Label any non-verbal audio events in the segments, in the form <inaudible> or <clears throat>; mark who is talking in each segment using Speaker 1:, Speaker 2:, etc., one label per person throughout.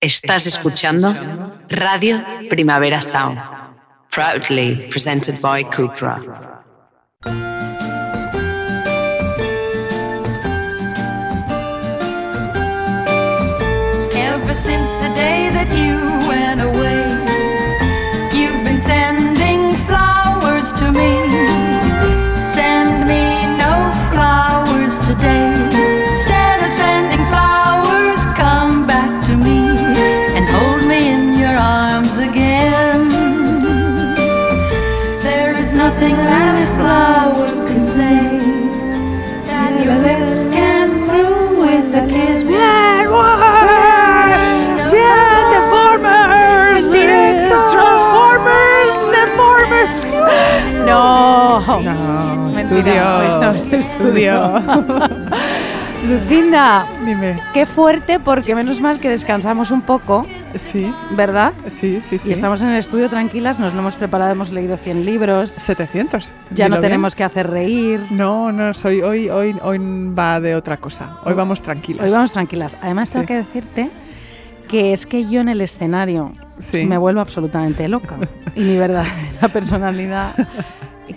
Speaker 1: Estás escuchando Radio Primavera Sound, proudly presented by Cook Rock.
Speaker 2: Ever since the day that you went away, you've been sending flowers to me. Send me no flowers today. Instead of sending flowers, come back to me and hold me in your arms again. There is nothing that flowers can say that your lips can through with a kiss.
Speaker 3: ¡Bien, Deformers! ¡Directo! ¡Transformers! ¡Deformers! ¡No!
Speaker 4: No,
Speaker 3: Mentira,
Speaker 4: estudio. <laughs>
Speaker 3: Lucinda,
Speaker 4: Dime.
Speaker 3: qué fuerte porque menos mal que descansamos un poco,
Speaker 4: Sí,
Speaker 3: ¿verdad?
Speaker 4: sí, sí, sí.
Speaker 3: Y estamos en el estudio tranquilas, nos lo hemos preparado, hemos leído 100 libros,
Speaker 4: 700.
Speaker 3: ya no
Speaker 4: dilo bien.
Speaker 3: tenemos que hacer reír.
Speaker 4: No, no, soy hoy hoy hoy va de otra cosa. Hoy vamos tranquilos.
Speaker 3: Oh, Hoy vamos tranquilas. Además, tengo
Speaker 4: Sí.
Speaker 3: que decirte que es que yo en el escenario
Speaker 4: Sí.
Speaker 3: me vuelvo absolutamente loca y mi verdadera <laughs>
Speaker 4: <laughs>
Speaker 3: personalidad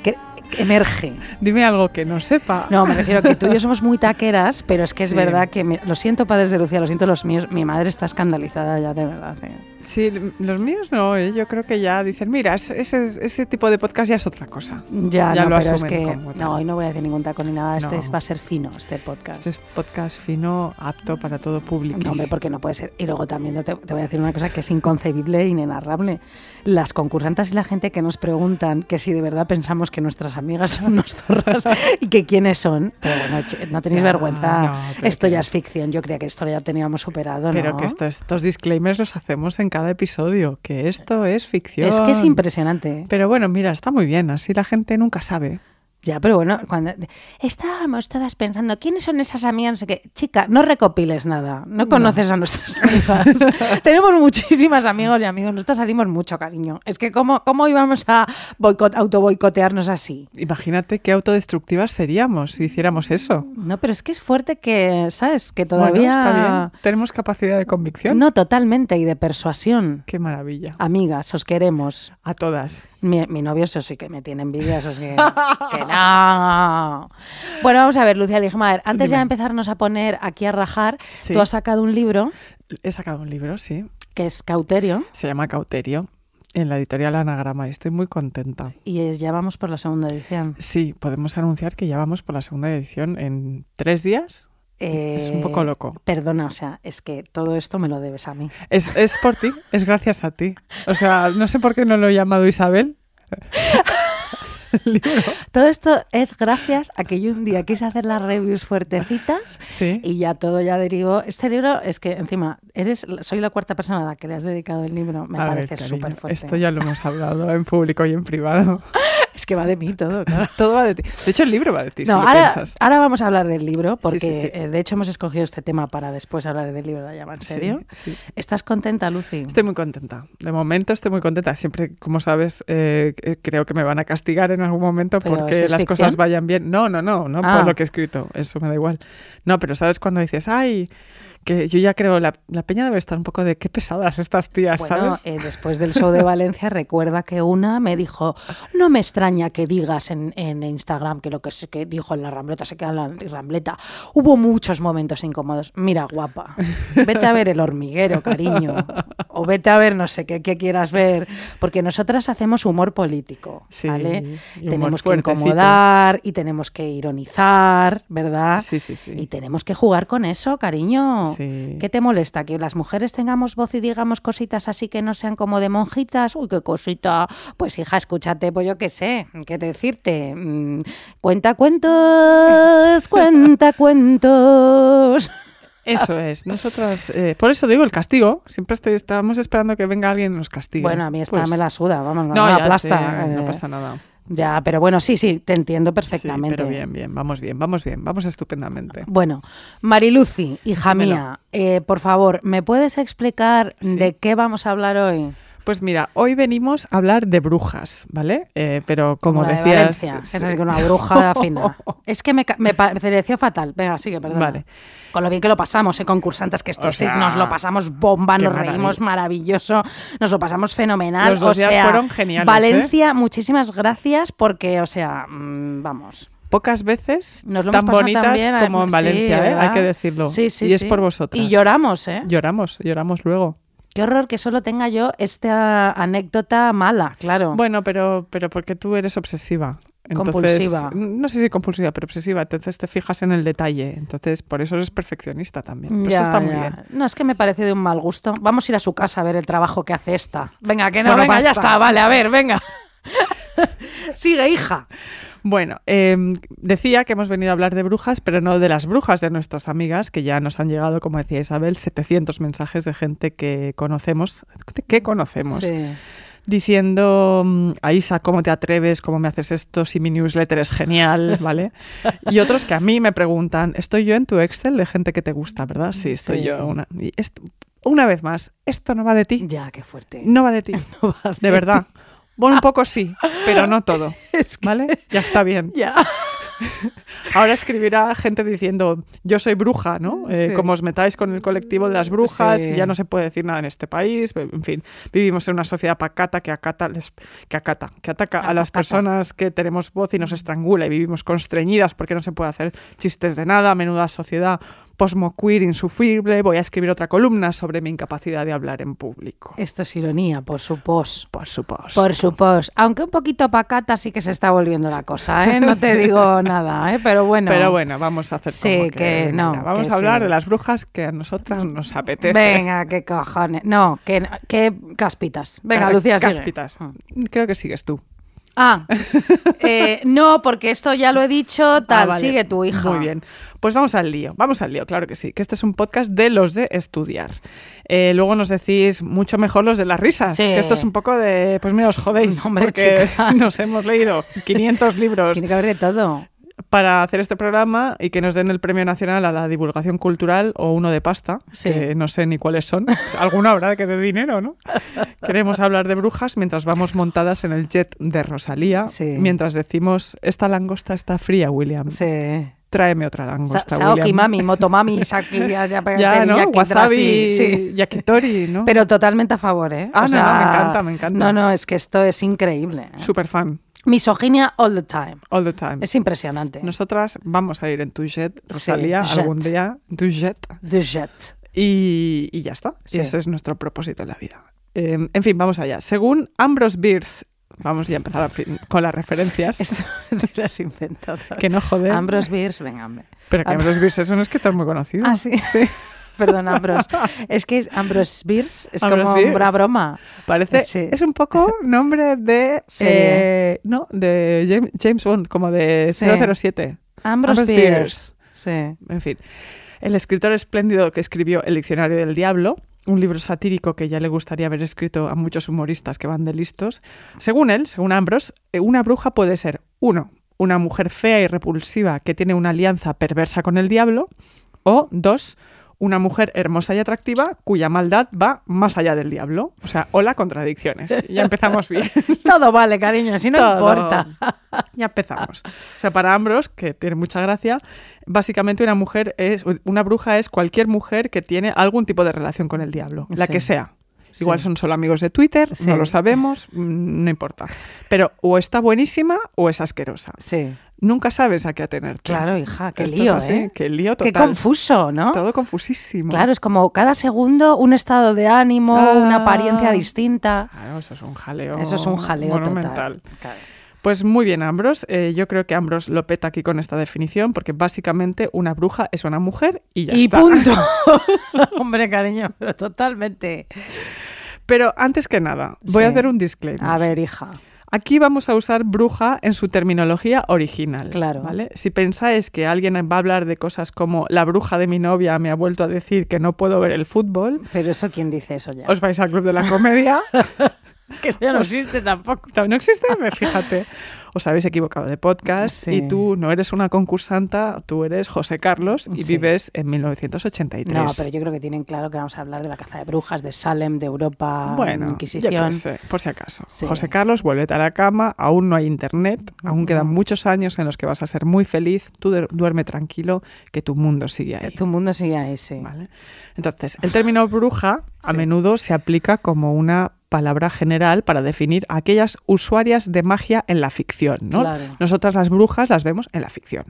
Speaker 3: que- que emerge.
Speaker 4: Dime algo que no sepa.
Speaker 3: No, me refiero que tú y yo somos muy taqueras, pero es que es
Speaker 4: Sí.
Speaker 3: verdad que mi- lo siento padres de Lucía, lo siento los míos, mi madre está escandalizada ya de verdad. ¿eh?
Speaker 4: Sí, los míos no, ¿eh? yo creo que ya dicen, mira, es- ese, ese tipo de podcast ya es otra cosa.
Speaker 3: Ya,
Speaker 4: Ya
Speaker 3: no,
Speaker 4: lo
Speaker 3: pero es
Speaker 4: asumen
Speaker 3: que
Speaker 4: como tal.
Speaker 3: no, hoy no voy a decir ningún taco ni nada, este
Speaker 4: No.
Speaker 3: es- va a ser fino este podcast.
Speaker 4: Este es podcast fino, apto para todo público.
Speaker 3: No, hombre, porque no puede ser. Y luego también te, te voy a decir una cosa que es inconcebible e inenarrable. Las concursantes y la gente que nos preguntan que si de verdad pensamos que nuestras amigas son unas zorras y que quiénes son. Pero bueno, che, no tenéis
Speaker 4: Ya,
Speaker 3: vergüenza.
Speaker 4: no, pero
Speaker 3: esto
Speaker 4: que-
Speaker 3: ya es ficción. Yo creía que esto ya teníamos superado.
Speaker 4: Pero
Speaker 3: ¿no?
Speaker 4: que esto- estos disclaimers los hacemos en cada episodio, que esto es ficción.
Speaker 3: Es que es impresionante. ¿eh?
Speaker 4: Pero bueno, mira, está muy bien, así la gente nunca sabe.
Speaker 3: Ya, pero bueno, cuando estábamos todas pensando, ¿quiénes son esas amigas? No sé qué. Chica, no recopiles nada, no conoces a nuestras <laughs>
Speaker 4: <laughs>
Speaker 3: amigas. Tenemos muchísimas amigos y amigos, nosotros salimos mucho, cariño. Es que cómo, cómo íbamos a boicot, auto boicotearnos así.
Speaker 4: Imagínate qué autodestructivas seríamos si hiciéramos eso.
Speaker 3: No, pero es que es fuerte que, ¿sabes? Que
Speaker 4: Bueno,
Speaker 3: todavía...
Speaker 4: está bien. Tenemos capacidad de convicción.
Speaker 3: No, totalmente, y de persuasión.
Speaker 4: Qué maravilla.
Speaker 3: Amigas, os queremos.
Speaker 4: A todas.
Speaker 3: Mi, mi novio, eso sí que me tiene envidia, eso sí que, que no. Bueno, vamos a ver, Lucía Ligmaer, antes ya de empezarnos a poner aquí a rajar,
Speaker 4: Sí.
Speaker 3: tú has sacado un libro
Speaker 4: He sacado un libro, sí.
Speaker 3: que es Cauterio
Speaker 4: Se llama Cauterio, en la editorial Anagrama. y Estoy muy contenta.
Speaker 3: y es- ya vamos por la segunda edición.
Speaker 4: Sí, podemos anunciar que ya vamos por la segunda edición en tres días. Es un
Speaker 3: Eh,
Speaker 4: poco loco.
Speaker 3: Perdona, o sea, es que todo esto me lo debes a mí.
Speaker 4: Es, es por ti, es gracias a ti. O sea, no sé por qué no lo he llamado Isabel. El libro.
Speaker 3: Todo esto es gracias a que yo un día quise hacer las reviews fuertecitas
Speaker 4: Sí.
Speaker 3: y ya todo ya derivó. Este libro es que encima eres soy la cuarta persona a la que le has dedicado el libro, me
Speaker 4: A ver,
Speaker 3: parece
Speaker 4: cariño,
Speaker 3: súper fuerte.
Speaker 4: Esto ya lo hemos hablado en público y en privado.
Speaker 3: Es que va de mí todo, claro.
Speaker 4: Todo va de ti. De hecho, el libro va de ti,
Speaker 3: No,
Speaker 4: si lo
Speaker 3: ahora,
Speaker 4: piensas.
Speaker 3: ahora vamos a hablar del libro, porque
Speaker 4: sí, sí.
Speaker 3: eh, de hecho hemos escogido este tema para después hablar del libro de la llama. ¿En
Speaker 4: Sí, Este,
Speaker 3: serio?
Speaker 4: sí.
Speaker 3: ¿Estás contenta, Lucy?
Speaker 4: Estoy muy contenta. De momento estoy muy contenta. Siempre, como sabes, eh, eh, creo que me van a castigar en algún momento
Speaker 3: ¿Pero
Speaker 4: porque
Speaker 3: eso es
Speaker 4: las
Speaker 3: ficción?
Speaker 4: cosas vayan bien. No, no, no, no
Speaker 3: Ah.
Speaker 4: por lo que he escrito. Eso me da igual. No, pero sabes cuando dices, ay, que yo ya creo, la, la peña debe estar un poco de qué pesadas estas tías,
Speaker 3: Bueno,
Speaker 4: ¿sabes?
Speaker 3: eh, después del show de
Speaker 4: <laughs>
Speaker 3: Valencia, recuerda que una me dijo: No me extraña que digas en, en Instagram que lo que, se, que dijo en la Rambleta se queda en la Rambleta. Hubo muchos momentos incómodos. Mira, guapa, vete a ver el hormiguero, cariño. O vete a ver no sé qué, qué quieras ver. Porque nosotras hacemos humor político.
Speaker 4: Sí,
Speaker 3: ¿vale?
Speaker 4: y humor
Speaker 3: Tenemos que
Speaker 4: fuertecito.
Speaker 3: incomodar y tenemos que ironizar, ¿verdad?
Speaker 4: Sí, sí, sí.
Speaker 3: Y tenemos que jugar con eso, cariño.
Speaker 4: Sí.
Speaker 3: ¿Qué te molesta? ¿Que las mujeres tengamos voz y digamos cositas así que no sean como de monjitas? Uy, qué cosita. Pues hija, escúchate, pues yo qué sé, qué decirte. Mm, Cuenta
Speaker 4: <laughs>
Speaker 3: cuentos, cuenta cuentos.
Speaker 4: Eso es. Nosotras, eh, por eso digo el castigo. Siempre estoy, estamos esperando que venga alguien y nos castigue.
Speaker 3: Bueno, a mí esta
Speaker 4: Pues-
Speaker 3: me la suda, vamos, me
Speaker 4: No,
Speaker 3: la
Speaker 4: ya
Speaker 3: aplasta.
Speaker 4: sé,
Speaker 3: eh,
Speaker 4: no pasa nada.
Speaker 3: Ya, pero bueno, sí, sí, te entiendo
Speaker 4: Sí,
Speaker 3: perfectamente.
Speaker 4: pero bien, bien, vamos bien, vamos bien, vamos estupendamente.
Speaker 3: Bueno, Mariluci, hija
Speaker 4: Dímelo.
Speaker 3: mía, eh, por favor, ¿me puedes explicar
Speaker 4: Sí.
Speaker 3: de qué vamos a hablar hoy?
Speaker 4: Pues mira, hoy venimos a hablar de brujas, ¿vale? Eh, pero como,
Speaker 3: la de
Speaker 4: decías...
Speaker 3: Valencia, que
Speaker 4: sí.
Speaker 3: es una bruja
Speaker 4: <laughs>
Speaker 3: fina. Es que me, ca- me pareció fatal. Venga, sigue, perdón.
Speaker 4: Vale.
Speaker 3: Con lo bien que lo pasamos, ¿eh? concursantes, que esto
Speaker 4: O
Speaker 3: sí
Speaker 4: sea,
Speaker 3: nos lo pasamos bomba,
Speaker 4: qué
Speaker 3: nos reímos maravilloso, nos lo pasamos fenomenal.
Speaker 4: Los dos
Speaker 3: o
Speaker 4: días
Speaker 3: sea,
Speaker 4: fueron geniales, ¿eh?
Speaker 3: Valencia, muchísimas gracias porque, o sea, mm, vamos.
Speaker 4: Pocas veces
Speaker 3: Nos lo
Speaker 4: tan
Speaker 3: hemos pasado
Speaker 4: bonitas
Speaker 3: también,
Speaker 4: como en
Speaker 3: sí,
Speaker 4: Valencia, ¿eh?
Speaker 3: ¿verdad?
Speaker 4: hay que decirlo.
Speaker 3: Sí, sí,
Speaker 4: y es
Speaker 3: sí.
Speaker 4: por vosotras.
Speaker 3: Y lloramos, ¿eh?
Speaker 4: Lloramos, lloramos luego.
Speaker 3: Qué horror que solo tenga yo esta anécdota mala, claro.
Speaker 4: Bueno, pero, pero porque tú eres obsesiva. Entonces,
Speaker 3: Compulsiva.
Speaker 4: No sé si compulsiva, pero obsesiva. Entonces te fijas en el detalle. Entonces, por eso eres perfeccionista también. Pero
Speaker 3: Ya,
Speaker 4: eso está muy
Speaker 3: ya.
Speaker 4: bien.
Speaker 3: No, es que me parece de un mal gusto. Vamos a ir a su casa a ver el trabajo que hace esta. Venga, que no,
Speaker 4: Bueno,
Speaker 3: venga, ya
Speaker 4: basta.
Speaker 3: está, vale, a ver, venga. <laughs> Sigue, hija.
Speaker 4: Bueno, eh, decía que hemos venido a hablar de brujas, pero no de las brujas de nuestras amigas, que ya nos han llegado, como decía Isabel, 700 mensajes de gente que conocemos, que conocemos,
Speaker 3: Sí.
Speaker 4: diciendo mm, a Isa, ¿cómo te atreves? ¿Cómo me haces esto? Si mi newsletter
Speaker 3: <laughs>
Speaker 4: es genial, ¿vale? Y otros que a mí me preguntan, ¿estoy yo en tu Excel de gente que te gusta, verdad? Sí, estoy
Speaker 3: Sí.
Speaker 4: yo. Una, y esto- una vez más, esto no va de ti,
Speaker 3: Ya, qué fuerte.
Speaker 4: no va de
Speaker 3: No
Speaker 4: ti,
Speaker 3: <laughs> va <laughs>
Speaker 4: de verdad. Bueno, un poco sí, pero no todo,
Speaker 3: Es que-
Speaker 4: ¿vale? Ya está bien.
Speaker 3: Ya.
Speaker 4: Ahora escribirá gente diciendo, yo soy bruja, ¿no? Eh,
Speaker 3: Sí.
Speaker 4: Como os metáis con el colectivo de las brujas,
Speaker 3: Sí.
Speaker 4: ya no se puede decir nada en este país. En fin, vivimos en una sociedad pacata que acata, les- que acata, que ataca a las
Speaker 3: Atacata.
Speaker 4: personas que tenemos voz y nos estrangula y vivimos constreñidas porque no se puede hacer chistes de nada, menuda sociedad posmoqueer insufrible. Voy a escribir otra columna sobre mi incapacidad de hablar en público.
Speaker 3: Esto es ironía, por supuesto.
Speaker 4: Por supuesto.
Speaker 3: Eh, Por supuesto. Aunque un poquito pacata sí que se está volviendo la cosa, ¿eh? No te <laughs> digo nada, ¿eh? Pero bueno.
Speaker 4: Pero bueno, vamos a hacer
Speaker 3: Sí,
Speaker 4: como
Speaker 3: que no,
Speaker 4: mira, vamos
Speaker 3: que
Speaker 4: a hablar
Speaker 3: sí.
Speaker 4: de las brujas que a nosotras nos apetece.
Speaker 3: Venga, qué cojones. No, que, que caspitas. Venga,
Speaker 4: Ca-
Speaker 3: Lucía, sigue.
Speaker 4: Cáspitas. Mm. Creo que sigues tú.
Speaker 3: Ah, eh, no, porque esto ya lo he dicho, tal,
Speaker 4: Ah, vale.
Speaker 3: sigue tu hija.
Speaker 4: Muy bien. Pues vamos al lío, vamos al lío, claro que sí, que este es un podcast de los de estudiar. Eh, luego nos decís mucho mejor los de las risas,
Speaker 3: Sí.
Speaker 4: que esto es un poco de, pues mira, os jodéis,
Speaker 3: No, <laughs> hombre,
Speaker 4: porque
Speaker 3: chicas.
Speaker 4: <laughs> nos hemos leído
Speaker 3: <laughs>
Speaker 4: 500 libros
Speaker 3: Tiene que haber de todo.
Speaker 4: para hacer este programa y que nos den el Premio Nacional a la Divulgación Cultural o uno de pasta,
Speaker 3: Sí.
Speaker 4: que no sé ni cuáles son. Pues Alguno habrá que de dinero,
Speaker 3: <laughs>
Speaker 4: ¿no? Queremos hablar de brujas mientras vamos montadas en el jet de Rosalía,
Speaker 3: Sí.
Speaker 4: mientras decimos, esta langosta está fría, William.
Speaker 3: Sí.
Speaker 4: Tráeme otra
Speaker 3: Sa-
Speaker 4: langosta,
Speaker 3: Saoki,
Speaker 4: William.
Speaker 3: mami, motomami, saki, ya, ya,
Speaker 4: Ya, ¿no?
Speaker 3: yakitori,
Speaker 4: Wasabi,
Speaker 3: sí.
Speaker 4: yakitori, ¿no?
Speaker 3: Pero totalmente a favor, ¿eh?
Speaker 4: Ah, no, no, me encanta, me encanta.
Speaker 3: No, no, es que esto es increíble. ¿eh?
Speaker 4: Super fan,
Speaker 3: Misoginia all the time.
Speaker 4: all the time.
Speaker 3: Es impresionante.
Speaker 4: Nosotras vamos a ir en tu jet,
Speaker 3: Sí,
Speaker 4: Rosalía,
Speaker 3: jet.
Speaker 4: algún día, en tu jet,
Speaker 3: The Jet.
Speaker 4: Y, y ya está.
Speaker 3: Sí.
Speaker 4: Y ese es nuestro propósito en la vida. Eh, en fin, vamos allá. Según Ambrose Bierce, vamos ya a empezar a fin- con las
Speaker 3: <laughs>
Speaker 4: referencias. <laughs>
Speaker 3: Esto te lo has inventado. otra vez.
Speaker 4: Que no joder.
Speaker 3: Ambrose Bierce, venga, hombre.
Speaker 4: Pero que
Speaker 3: Am-
Speaker 4: Ambrose Bierce es un escritor muy conocido.
Speaker 3: Ah, <laughs> sí. Perdón, Ambrose. Es que es Ambrose Bierce es
Speaker 4: Ambrose
Speaker 3: como
Speaker 4: Bierce.
Speaker 3: una broma.
Speaker 4: Parece,
Speaker 3: Sí.
Speaker 4: es un poco nombre de,
Speaker 3: Sí.
Speaker 4: eh, no, de James, James Bond, como de
Speaker 3: Sí.
Speaker 4: 007.
Speaker 3: Ambrose,
Speaker 4: Ambrose
Speaker 3: Bierce. Sí.
Speaker 4: En fin, el escritor espléndido que escribió El Diccionario del Diablo, un libro satírico que ya le gustaría haber escrito a muchos humoristas que van de listos, según él, según Ambrose, eh, una bruja puede ser, uno, una mujer fea y repulsiva que tiene una alianza perversa con el diablo, o dos, una mujer hermosa y atractiva cuya maldad va más allá del diablo. O sea, hola contradicciones. Ya empezamos bien.
Speaker 3: Todo vale, cariño, si no
Speaker 4: Todo.
Speaker 3: importa.
Speaker 4: <laughs> Ya empezamos. O sea, para Ambrose, que tiene mucha gracia, básicamente una mujer es una bruja es cualquier mujer que tiene algún tipo de relación con el diablo, la
Speaker 3: Sí.
Speaker 4: que sea.
Speaker 3: Sí.
Speaker 4: Igual son solo amigos de Twitter,
Speaker 3: Sí.
Speaker 4: no lo sabemos, mm, no importa. Pero o está buenísima o es asquerosa.
Speaker 3: Sí.
Speaker 4: Nunca sabes a qué atenerte.
Speaker 3: Claro, hija, qué
Speaker 4: Esto es
Speaker 3: lío,
Speaker 4: así,
Speaker 3: ¿eh?
Speaker 4: Qué lío
Speaker 3: Qué
Speaker 4: total.
Speaker 3: confuso, ¿no?
Speaker 4: Todo confusísimo.
Speaker 3: Claro, es como cada segundo un estado de ánimo, una
Speaker 4: Ah.
Speaker 3: apariencia distinta.
Speaker 4: Claro, eso es un jaleo.
Speaker 3: Eso es un jaleo
Speaker 4: monumental.
Speaker 3: total. Claro.
Speaker 4: Pues muy bien, Ambros. Eh, yo creo que Ambros lo peta aquí con esta definición, porque básicamente una bruja es una mujer y ya
Speaker 3: Y
Speaker 4: está. <laughs>
Speaker 3: punto. Hombre, cariño, pero totalmente.
Speaker 4: Pero antes que nada, voy a
Speaker 3: Sí.
Speaker 4: hacer un disclaimer.
Speaker 3: A ver, hija.
Speaker 4: Aquí vamos a usar bruja en su terminología original.
Speaker 3: Claro.
Speaker 4: ¿vale? Si pensáis que alguien va a hablar de cosas como la bruja de mi novia me ha vuelto a decir que no puedo ver el fútbol,
Speaker 3: Pero eso, ¿quién dice eso ya?
Speaker 4: os vais al Club de la Comedia.
Speaker 3: que eso ya no
Speaker 4: os-
Speaker 3: existe tampoco.
Speaker 4: No existe, Me- fíjate. os habéis equivocado de podcast
Speaker 3: Sí.
Speaker 4: y tú no eres una concursanta, tú eres José Carlos y
Speaker 3: Sí.
Speaker 4: vives en 1983.
Speaker 3: No, pero yo creo que tienen claro que vamos a hablar de la caza de brujas, de Salem, de Europa,
Speaker 4: Bueno, yo qué
Speaker 3: ah, Inquisición.
Speaker 4: sé, por si acaso.
Speaker 3: Sí.
Speaker 4: José Carlos, vuélvete a la cama, aún no hay internet, aún quedan muchos años en los que vas a ser muy feliz, tú du- duerme tranquilo, que tu mundo sigue ahí.
Speaker 3: Tu mundo sigue ahí, sí.
Speaker 4: ¿vale? Entonces, el término bruja a menudo se aplica como una palabra general para definir a aquellas usuarias de magia en la ficción. ¿no?
Speaker 3: Claro.
Speaker 4: Nosotras las brujas las vemos en la ficción.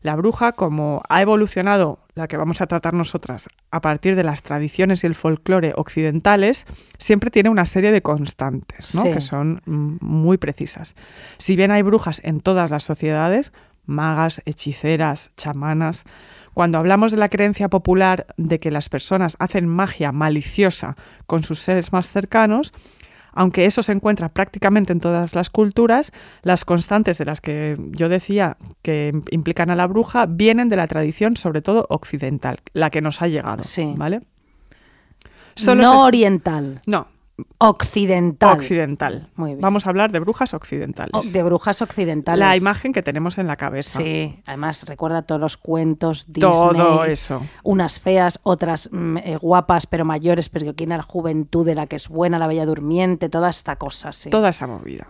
Speaker 4: La bruja, como ha evolucionado la que vamos a tratar nosotras a partir de las tradiciones y el folclore occidentales, siempre tiene una serie de constantes, ¿no?
Speaker 3: Sí.
Speaker 4: que son mm, muy precisas. Si bien hay brujas en todas las sociedades, magas, hechiceras, chamanas, cuando hablamos de la creencia popular de que las personas hacen magia maliciosa con sus seres más cercanos, aunque eso se encuentra prácticamente en todas las culturas, las constantes de las que yo decía que im- implican a la bruja vienen de la tradición, sobre todo occidental, la que nos ha llegado.
Speaker 3: Sí.
Speaker 4: ¿Vale? Solo
Speaker 3: no
Speaker 4: se-
Speaker 3: oriental,
Speaker 4: no,
Speaker 3: occidental.
Speaker 4: occidental.
Speaker 3: Muy bien.
Speaker 4: Vamos a hablar de brujas occidentales.
Speaker 3: O- de brujas occidentales.
Speaker 4: la imagen que tenemos en la cabeza.
Speaker 3: Sí, además recuerda todos los cuentos Disney.
Speaker 4: Todo eso.
Speaker 3: Unas feas, otras mm, eh, guapas, pero mayores, pero aquí en la juventud de la que es buena, la bella durmiente, toda esta cosa, sí.
Speaker 4: Toda esa movida.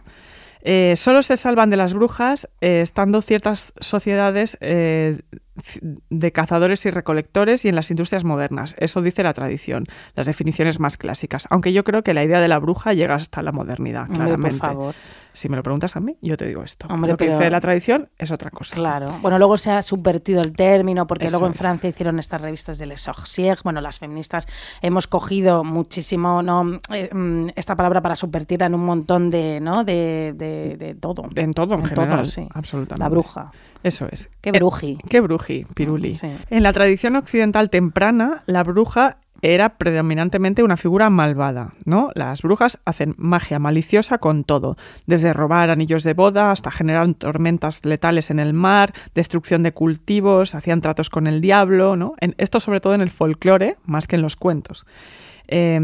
Speaker 4: Eh, solo se salvan de las brujas eh, estando ciertas sociedades eh, c- de cazadores y recolectores y en las industrias modernas. Eso dice la tradición, las definiciones más clásicas. Aunque yo creo que la idea de la bruja llega hasta la modernidad,
Speaker 3: Hombre,
Speaker 4: claramente.
Speaker 3: por favor.
Speaker 4: Si me lo preguntas a mí, yo te digo esto.
Speaker 3: Hombre,
Speaker 4: lo que
Speaker 3: pero-
Speaker 4: dice la tradición es otra cosa.
Speaker 3: Claro. Bueno, luego se ha subvertido el término porque
Speaker 4: Eso
Speaker 3: luego en
Speaker 4: es.
Speaker 3: Francia hicieron estas revistas del Exorcier. Bueno, las feministas hemos cogido muchísimo ¿no? Eh, mm, esta palabra para subvertirla en un montón de, ¿no? de, de- de todo.
Speaker 4: De- en todo, en general, absolutamente.
Speaker 3: La bruja.
Speaker 4: Eso es.
Speaker 3: Qué
Speaker 4: Eh,
Speaker 3: bruji.
Speaker 4: Qué bruji, piruli.
Speaker 3: Sí.
Speaker 4: En la tradición occidental temprana, la bruja era predominantemente una figura malvada, ¿no? Las brujas hacen magia maliciosa con todo, desde robar anillos de boda hasta generar tormentas letales en el mar, destrucción de cultivos, hacían tratos con el diablo, ¿no? En- esto sobre todo en el folclore, más que en los cuentos. Eh,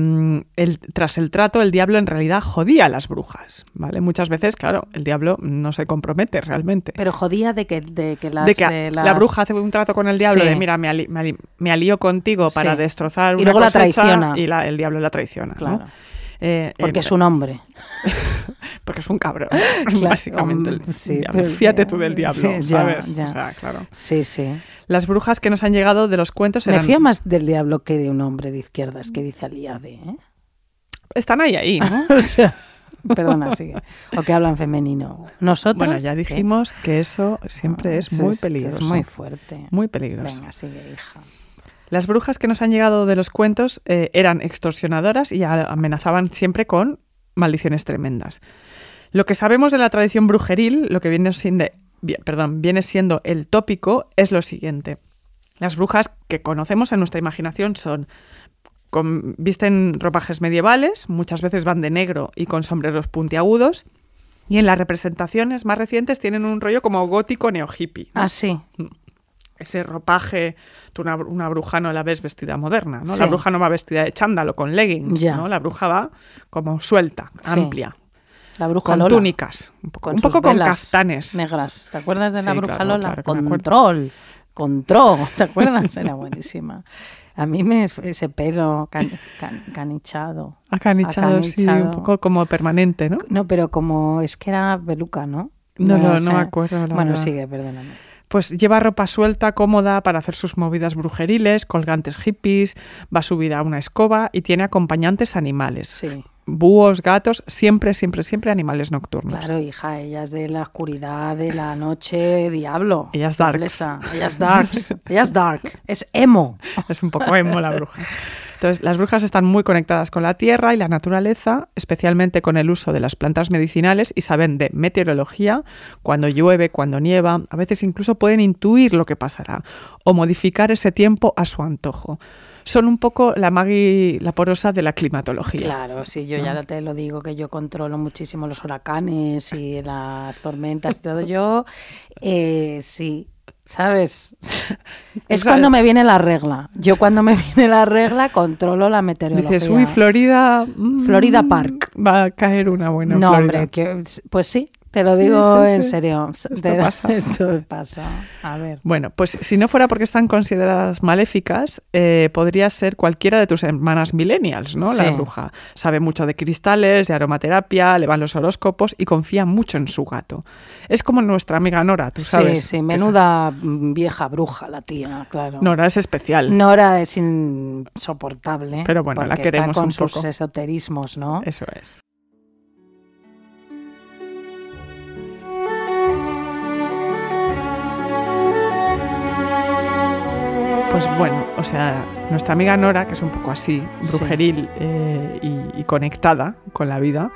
Speaker 4: el- tras el trato, el diablo en realidad jodía a las brujas, ¿vale? Muchas veces, claro, el diablo no se compromete realmente
Speaker 3: Pero jodía de que, de que las.
Speaker 4: de que
Speaker 3: de
Speaker 4: la
Speaker 3: las-
Speaker 4: bruja hace un trato con el diablo
Speaker 3: Sí.
Speaker 4: de mira, me, ali- me ali- me alío contigo para
Speaker 3: Sí.
Speaker 4: destrozar
Speaker 3: Y
Speaker 4: una
Speaker 3: luego la
Speaker 4: cosecha",
Speaker 3: traiciona.
Speaker 4: y la- el diablo la traiciona. ¿no?
Speaker 3: Claro.
Speaker 4: Eh,
Speaker 3: Porque
Speaker 4: eh,
Speaker 3: es un hombre.
Speaker 4: porque es un cabrón,
Speaker 3: <laughs>
Speaker 4: <laughs>
Speaker 3: Claro,
Speaker 4: básicamente. el
Speaker 3: hom- sí,
Speaker 4: diablo.
Speaker 3: pero-
Speaker 4: Fíate tú del diablo,
Speaker 3: Ya,
Speaker 4: ¿sabes?
Speaker 3: ya.
Speaker 4: O sea, claro.
Speaker 3: Sí, sí.
Speaker 4: Las brujas que nos han llegado de los cuentos
Speaker 3: Me
Speaker 4: eran-
Speaker 3: fío más del diablo que de un hombre de izquierdas que dice Aliade. ¿eh?
Speaker 4: están ahí, ahí. ¿no?
Speaker 3: O sea, perdona, sigue. O que hablan femenino. Nosotros.
Speaker 4: bueno, ya
Speaker 3: ¿qué? Ah,
Speaker 4: dijimos que eso siempre es
Speaker 3: Sí,
Speaker 4: muy
Speaker 3: es que
Speaker 4: peligroso.
Speaker 3: Es muy fuerte.
Speaker 4: Muy peligroso.
Speaker 3: Venga, sigue, hija.
Speaker 4: Las brujas que nos han llegado de los cuentos eh, eran extorsionadoras y a- amenazaban siempre con maldiciones tremendas. Lo que sabemos de la tradición brujeril, lo que viene siendo, vi- perdón, viene siendo el tópico, es lo siguiente. Las brujas que conocemos en nuestra imaginación son con- visten ropajes medievales, muchas veces van de negro y con sombreros puntiagudos, y en las representaciones más recientes tienen un rollo como gótico neo hippie
Speaker 3: Ah, sí.
Speaker 4: ese ropaje, tú una, una bruja no la ves vestida moderna, ¿no? La
Speaker 3: Sí.
Speaker 4: bruja no va vestida de chándalo con leggings,
Speaker 3: Ya.
Speaker 4: ¿no? La bruja va como suelta,
Speaker 3: Sí.
Speaker 4: amplia,
Speaker 3: La bruja
Speaker 4: con
Speaker 3: Lola.
Speaker 4: túnicas, un poco un
Speaker 3: sus
Speaker 4: poco con,
Speaker 3: velas
Speaker 4: castanes.
Speaker 3: Negras. ¿Te acuerdas de la
Speaker 4: Sí,
Speaker 3: bruja
Speaker 4: claro,
Speaker 3: Lola?
Speaker 4: claro que me acuerdo.
Speaker 3: Control. Control. <laughs> ¿Te acuerdas? Era buenísima. A mí me fue ese pelo can- can- canichado.
Speaker 4: Acanichado, sí, un
Speaker 3: Acanichado.
Speaker 4: poco como permanente, ¿no?
Speaker 3: No, pero como es que era peluca, ¿no?
Speaker 4: No, no, no
Speaker 3: sé.
Speaker 4: me acuerdo, la
Speaker 3: bueno,
Speaker 4: verdad.
Speaker 3: sigue, perdóname.
Speaker 4: Pues lleva ropa suelta, cómoda para hacer sus movidas brujeriles, colgantes hippies, va subida a una escoba y tiene acompañantes animales.
Speaker 3: Sí.
Speaker 4: Búhos, gatos, siempre, siempre, siempre animales nocturnos.
Speaker 3: Claro, hija, ella es de la oscuridad, de la noche, diablo.
Speaker 4: Ella es darks.
Speaker 3: Nobleza. Ella es darks. Ella es dark. Es emo.
Speaker 4: <laughs> Es un poco emo la bruja. Entonces, las brujas están muy conectadas con la tierra y la naturaleza, especialmente con el uso de las plantas medicinales y saben de meteorología, cuando llueve, cuando nieva, a veces incluso pueden intuir lo que pasará o modificar ese tiempo a su antojo. Son un poco la Maggie la porosa de la climatología.
Speaker 3: Claro, sí, yo ya te lo digo que yo controlo muchísimo los huracanes
Speaker 4: <laughs>
Speaker 3: y las tormentas y todo. Yo, eh, sí,
Speaker 4: <laughs>
Speaker 3: ¿sabes? Es
Speaker 4: sabes.
Speaker 3: cuando me viene la regla. Yo cuando me <laughs> viene la regla controlo la meteorología.
Speaker 4: Dices, uy, Florida. mm,
Speaker 3: Florida Park".
Speaker 4: Va a caer una buena
Speaker 3: No,
Speaker 4: Florida".
Speaker 3: hombre, que- pues sí, Te lo
Speaker 4: Sí,
Speaker 3: digo
Speaker 4: sí,
Speaker 3: en
Speaker 4: sí.
Speaker 3: serio. <laughs>
Speaker 4: Esto
Speaker 3: Te-
Speaker 4: pasa.
Speaker 3: Esto pasa. A ver.
Speaker 4: Bueno, pues si no fuera porque están consideradas maléficas, eh, podría ser cualquiera de tus hermanas millennials, ¿no? La
Speaker 3: Sí.
Speaker 4: bruja. Sabe mucho de cristales, de aromaterapia, le van los horóscopos y confía mucho en su gato. Es como nuestra amiga Nora, tú sabes.
Speaker 3: sí, sí,
Speaker 4: que
Speaker 3: menuda mm, vieja bruja la tía, claro.
Speaker 4: esa- Nora es especial.
Speaker 3: Nora es insoportable.
Speaker 4: Pero bueno, la
Speaker 3: porque está
Speaker 4: queremos
Speaker 3: con
Speaker 4: un
Speaker 3: sus
Speaker 4: poco.
Speaker 3: esoterismos, ¿no?
Speaker 4: Eso es. Pues bueno, o sea, nuestra amiga Nora, que es un poco así,
Speaker 3: Sí.
Speaker 4: brujeril eh, y, y conectada con la vida,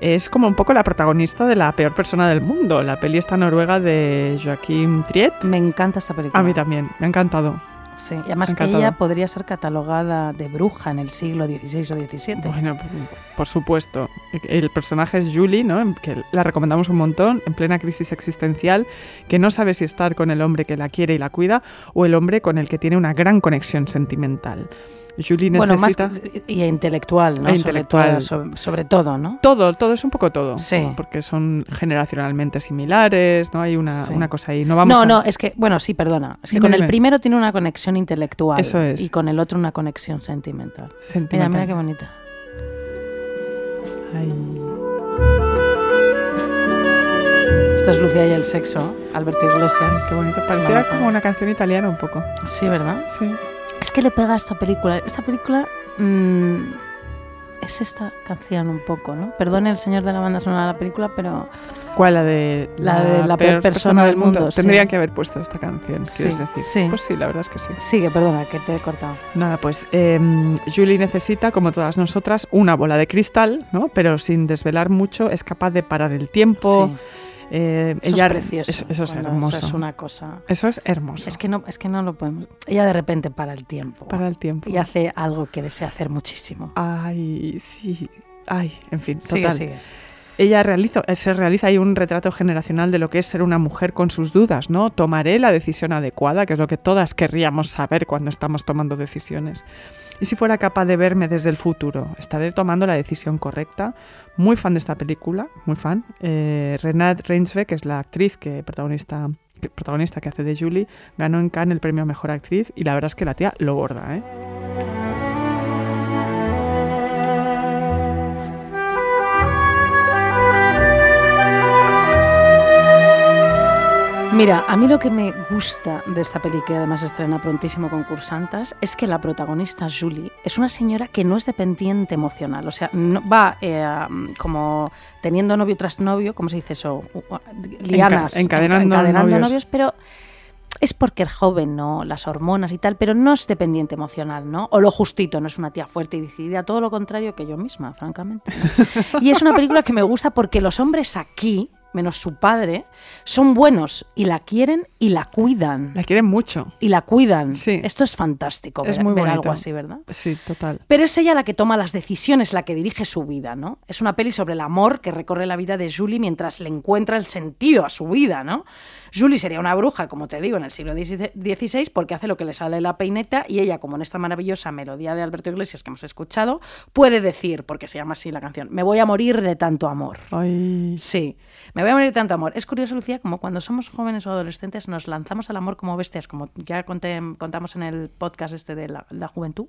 Speaker 4: es como un poco la protagonista de la peor persona del mundo, la peli esta noruega de Joaquín Triet.
Speaker 3: Me encanta esta película.
Speaker 4: A mí también, me ha encantado.
Speaker 3: Sí, y además
Speaker 4: Me encanta.
Speaker 3: ella podría ser catalogada de bruja en el siglo XVI o XVII.
Speaker 4: Bueno, p- por supuesto. El personaje es Julie, ¿no? En- Que la recomendamos un montón, en plena crisis existencial, que no sabe si estar con el hombre que la quiere y la cuida o el hombre con el que tiene una gran conexión sentimental. Julie
Speaker 3: Bueno, más
Speaker 4: necesita
Speaker 3: y intelectual, ¿no? Sobre
Speaker 4: E intelectual.
Speaker 3: todo- Sobre, sobre todo, ¿no?
Speaker 4: todo, todo es un poco todo,
Speaker 3: Sí.
Speaker 4: ¿no? porque son generacionalmente similares, no hay una,
Speaker 3: Sí.
Speaker 4: una cosa ahí. No vamos.
Speaker 3: no,
Speaker 4: a-
Speaker 3: no, es que, bueno, sí, perdona. Es que
Speaker 4: Dime,
Speaker 3: con
Speaker 4: dime.
Speaker 3: el primero tiene una conexión intelectual
Speaker 4: Eso es.
Speaker 3: y con el otro una conexión sentimental. Mira,
Speaker 4: sentimental.
Speaker 3: mira qué bonita.
Speaker 4: Ay.
Speaker 3: Esto es Lucía y el sexo, Alberto
Speaker 4: Ay,
Speaker 3: Iglesias.
Speaker 4: qué bonito.
Speaker 3: Es la
Speaker 4: Parecía
Speaker 3: loca.
Speaker 4: como una canción italiana un poco.
Speaker 3: Sí, ¿verdad?
Speaker 4: Sí.
Speaker 3: Es que le pega a esta película. Esta película mm, es esta canción un poco, ¿no? Perdone el señor de la banda sonora de la película, pero
Speaker 4: ¿Cuál? La de
Speaker 3: La de la peor persona del mundo, sí.
Speaker 4: Tendrían que haber puesto esta canción,
Speaker 3: Sí,
Speaker 4: quieres decir.
Speaker 3: sí.
Speaker 4: Pues sí, la verdad es que sí.
Speaker 3: sigue, perdona, que te he cortado.
Speaker 4: Nada, pues eh, Julie necesita, como todas nosotras, una bola de cristal, ¿no? Pero sin desvelar mucho, es capaz de parar el tiempo.
Speaker 3: Sí.
Speaker 4: eh,
Speaker 3: Eso
Speaker 4: ella-
Speaker 3: es precioso.
Speaker 4: Eso, eso es
Speaker 3: cuando
Speaker 4: hermoso.
Speaker 3: Eso es una cosa.
Speaker 4: hermoso.
Speaker 3: Es que, no, es que no lo podemos. Ella de repente para el tiempo
Speaker 4: Para el tiempo.
Speaker 3: y hace algo que desea hacer muchísimo.
Speaker 4: Ay, sí. Ay, en fin,
Speaker 3: Sigue,
Speaker 4: total.
Speaker 3: sigue.
Speaker 4: Ella realiza, eh, se realiza ahí un retrato generacional de lo que es ser una mujer con sus dudas, ¿no? Tomaré la decisión adecuada, que es lo que todas querríamos saber cuando estamos tomando decisiones. Y si fuera capaz de verme desde el futuro, estaré tomando la decisión correcta. Muy fan de esta película, muy fan. Eh, Renate Reinsve, que es la actriz que protagonista que, protagonista que hace de Julie, ganó en Cannes el premio a Mejor Actriz y la verdad es que la tía lo borda, ¿eh?
Speaker 3: Mira, a mí lo que me gusta de esta peli, que además estrena prontísimo con Cursantas, es que la protagonista, Julie, es una señora que no es dependiente emocional. O sea, no- va eh, a, mm, como teniendo novio tras novio, ¿cómo se dice eso? U- u- Lianas.
Speaker 4: encadenando
Speaker 3: enca- encadenando
Speaker 4: novios.
Speaker 3: novios, pero es porque es joven, ¿no? Las hormonas y tal, pero no es dependiente emocional, ¿no? O lo justito, no es una tía fuerte y decidida, todo lo contrario que yo misma,
Speaker 4: <laughs>
Speaker 3: francamente. ¿no? Y es una película que me gusta porque los hombres aquí, menos su padre, son buenos y la quieren y la cuidan.
Speaker 4: La quieren mucho.
Speaker 3: Y la cuidan.
Speaker 4: Sí.
Speaker 3: Esto es fantástico,
Speaker 4: Es
Speaker 3: ver-
Speaker 4: muy
Speaker 3: ver
Speaker 4: bonito.
Speaker 3: algo así, ¿verdad?
Speaker 4: Sí, total.
Speaker 3: Pero es ella la que toma las decisiones, la que dirige su vida, ¿no? Es una peli sobre el amor que recorre la vida de Julie mientras le encuentra el sentido a su vida, ¿no? Julie sería una bruja, como te digo, en el siglo XVI porque hace lo que le sale la peineta y ella, como en esta maravillosa melodía de Alberto Iglesias que hemos escuchado, puede decir, porque se llama así la canción, me voy a morir de tanto amor.
Speaker 4: Ay,
Speaker 3: Sí, me voy a morir de tanto amor. Es curioso, Lucía, como cuando somos jóvenes o adolescentes nos lanzamos al amor como bestias, como ya conté- contamos en el podcast este de la, la juventud.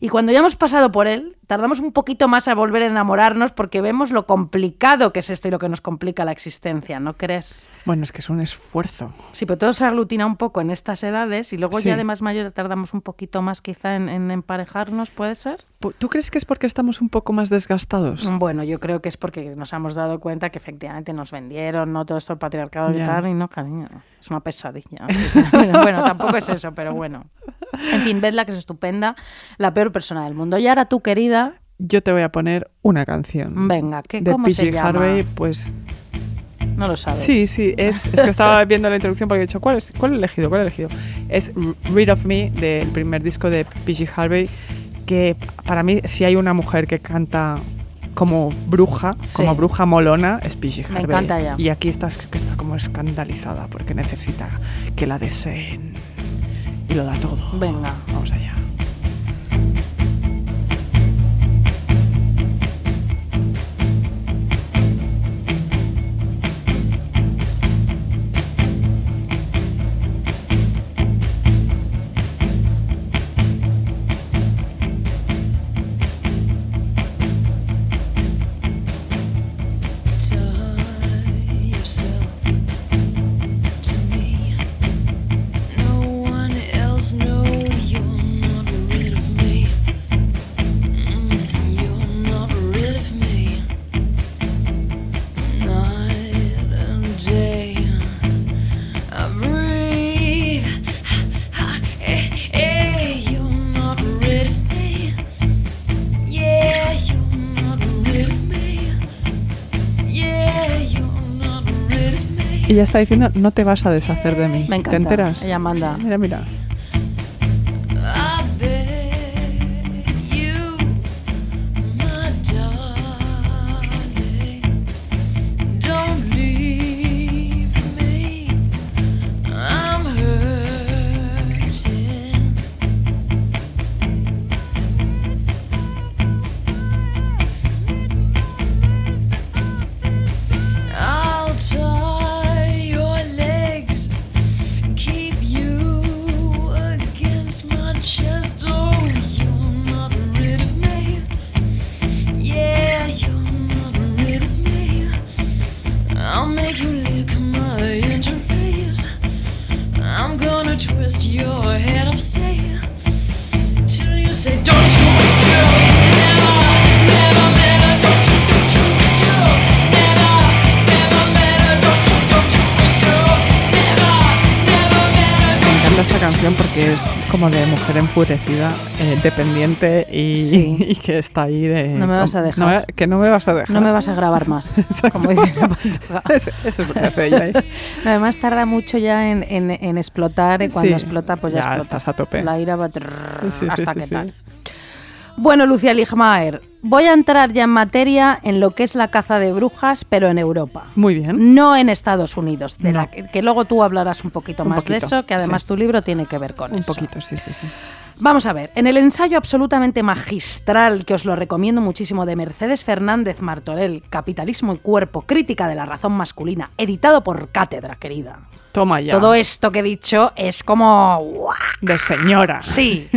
Speaker 3: Y cuando ya hemos pasado por él, tardamos un poquito más a volver a enamorarnos porque vemos lo complicado que es esto y lo que nos complica la existencia, ¿no crees?
Speaker 4: bueno, es que es un esfuerzo.
Speaker 3: Sí, pero todo se aglutina un poco en estas edades y luego
Speaker 4: Sí.
Speaker 3: ya de más mayor tardamos un poquito más quizá en- en emparejarnos, ¿puede ser?
Speaker 4: Po- ¿Tú crees que es porque estamos un poco más desgastados?
Speaker 3: Bueno, yo creo que es porque nos hemos dado cuenta que efectivamente nos vendieron, ¿no? Todo esto el patriarcado
Speaker 4: Ya.
Speaker 3: y tal, y no, cariño, es una
Speaker 4: <laughs>
Speaker 3: pesadilla. <laughs> bueno, tampoco es eso, pero bueno. En fin, vedla que es estupenda, la peor persona del mundo. Y ahora tú, querida,
Speaker 4: Yo te voy a poner una canción.
Speaker 3: venga, ¿qué,
Speaker 4: Mm, de
Speaker 3: ¿cómo se
Speaker 4: PG
Speaker 3: llama?
Speaker 4: Harvey, pues
Speaker 3: No lo sabes.
Speaker 4: sí, sí, es, es
Speaker 3: <laughs>
Speaker 4: que estaba viendo la introducción porque he dicho, ¿cuál, es, cuál he elegido? ¿Cuál he elegido? Es Read of Me, del primer disco de PG Harvey, que para mí si hay una mujer que canta como bruja,
Speaker 3: Sí.
Speaker 4: como bruja molona, es PG Harvey.
Speaker 3: Me encanta ya.
Speaker 4: Y aquí está, que está como escandalizada porque necesita que la deseen y lo da todo.
Speaker 3: Venga.
Speaker 4: Vamos allá. Ella está diciendo, no te vas a deshacer de mí.
Speaker 3: Me encanta.
Speaker 4: ¿Te enteras?
Speaker 3: Ella manda.
Speaker 4: Mira, mira.
Speaker 5: I beg you, my darling, don't leave me. I'm hurting. I'll tie your legs keep you against my chest. Oh, you're not rid of me. Yeah, you're not rid of me. I'll make you lick my injuries. I'm gonna twist your head up, say, till you say, Don't you wish you? Never, never, never, don't you, don't you wish you? Never, never, never, don't you, don't you wish you? Never, never, never, don't you.
Speaker 4: Me encanta esta canción porque es como de mujer enfurecida, eh, dependiente y,
Speaker 3: Sí.
Speaker 4: <laughs> y que está ahí de...
Speaker 3: No me vas a dejar.
Speaker 4: no me- que no me vas a dejar.
Speaker 3: No me vas a grabar
Speaker 4: <laughs>
Speaker 3: más, como dice la pantalla.
Speaker 4: Eso, eso <laughs> es lo que hace ella ahí.
Speaker 3: No, además tarda mucho ya en, en- en explotar y cuando
Speaker 4: Sí.
Speaker 3: explota pues ya,
Speaker 4: Ya
Speaker 3: explota.
Speaker 4: estás a tope.
Speaker 3: La ira va trrrr,
Speaker 4: Sí, sí,
Speaker 3: hasta
Speaker 4: sí,
Speaker 3: que
Speaker 4: sí.
Speaker 3: tal. Bueno, Lucía Ligmaer, voy a entrar ya en materia en lo que es la caza de brujas, pero en Europa.
Speaker 4: Muy bien.
Speaker 3: No en Estados Unidos, de
Speaker 4: No.
Speaker 3: la que, que luego tú hablarás un poquito
Speaker 4: Un
Speaker 3: más de
Speaker 4: poquito,
Speaker 3: eso, que además
Speaker 4: sí.
Speaker 3: tu libro tiene que ver con
Speaker 4: Un
Speaker 3: eso.
Speaker 4: poquito, sí, sí, sí.
Speaker 3: Vamos a ver, en el ensayo absolutamente magistral, que os lo recomiendo muchísimo, de Mercedes Fernández Martorell, Capitalismo y Cuerpo, Crítica de la Razón Masculina, editado por Cátedra, querida.
Speaker 4: Toma ya.
Speaker 3: Todo esto que he dicho es como... ¡guau!
Speaker 4: De señora.
Speaker 3: Sí.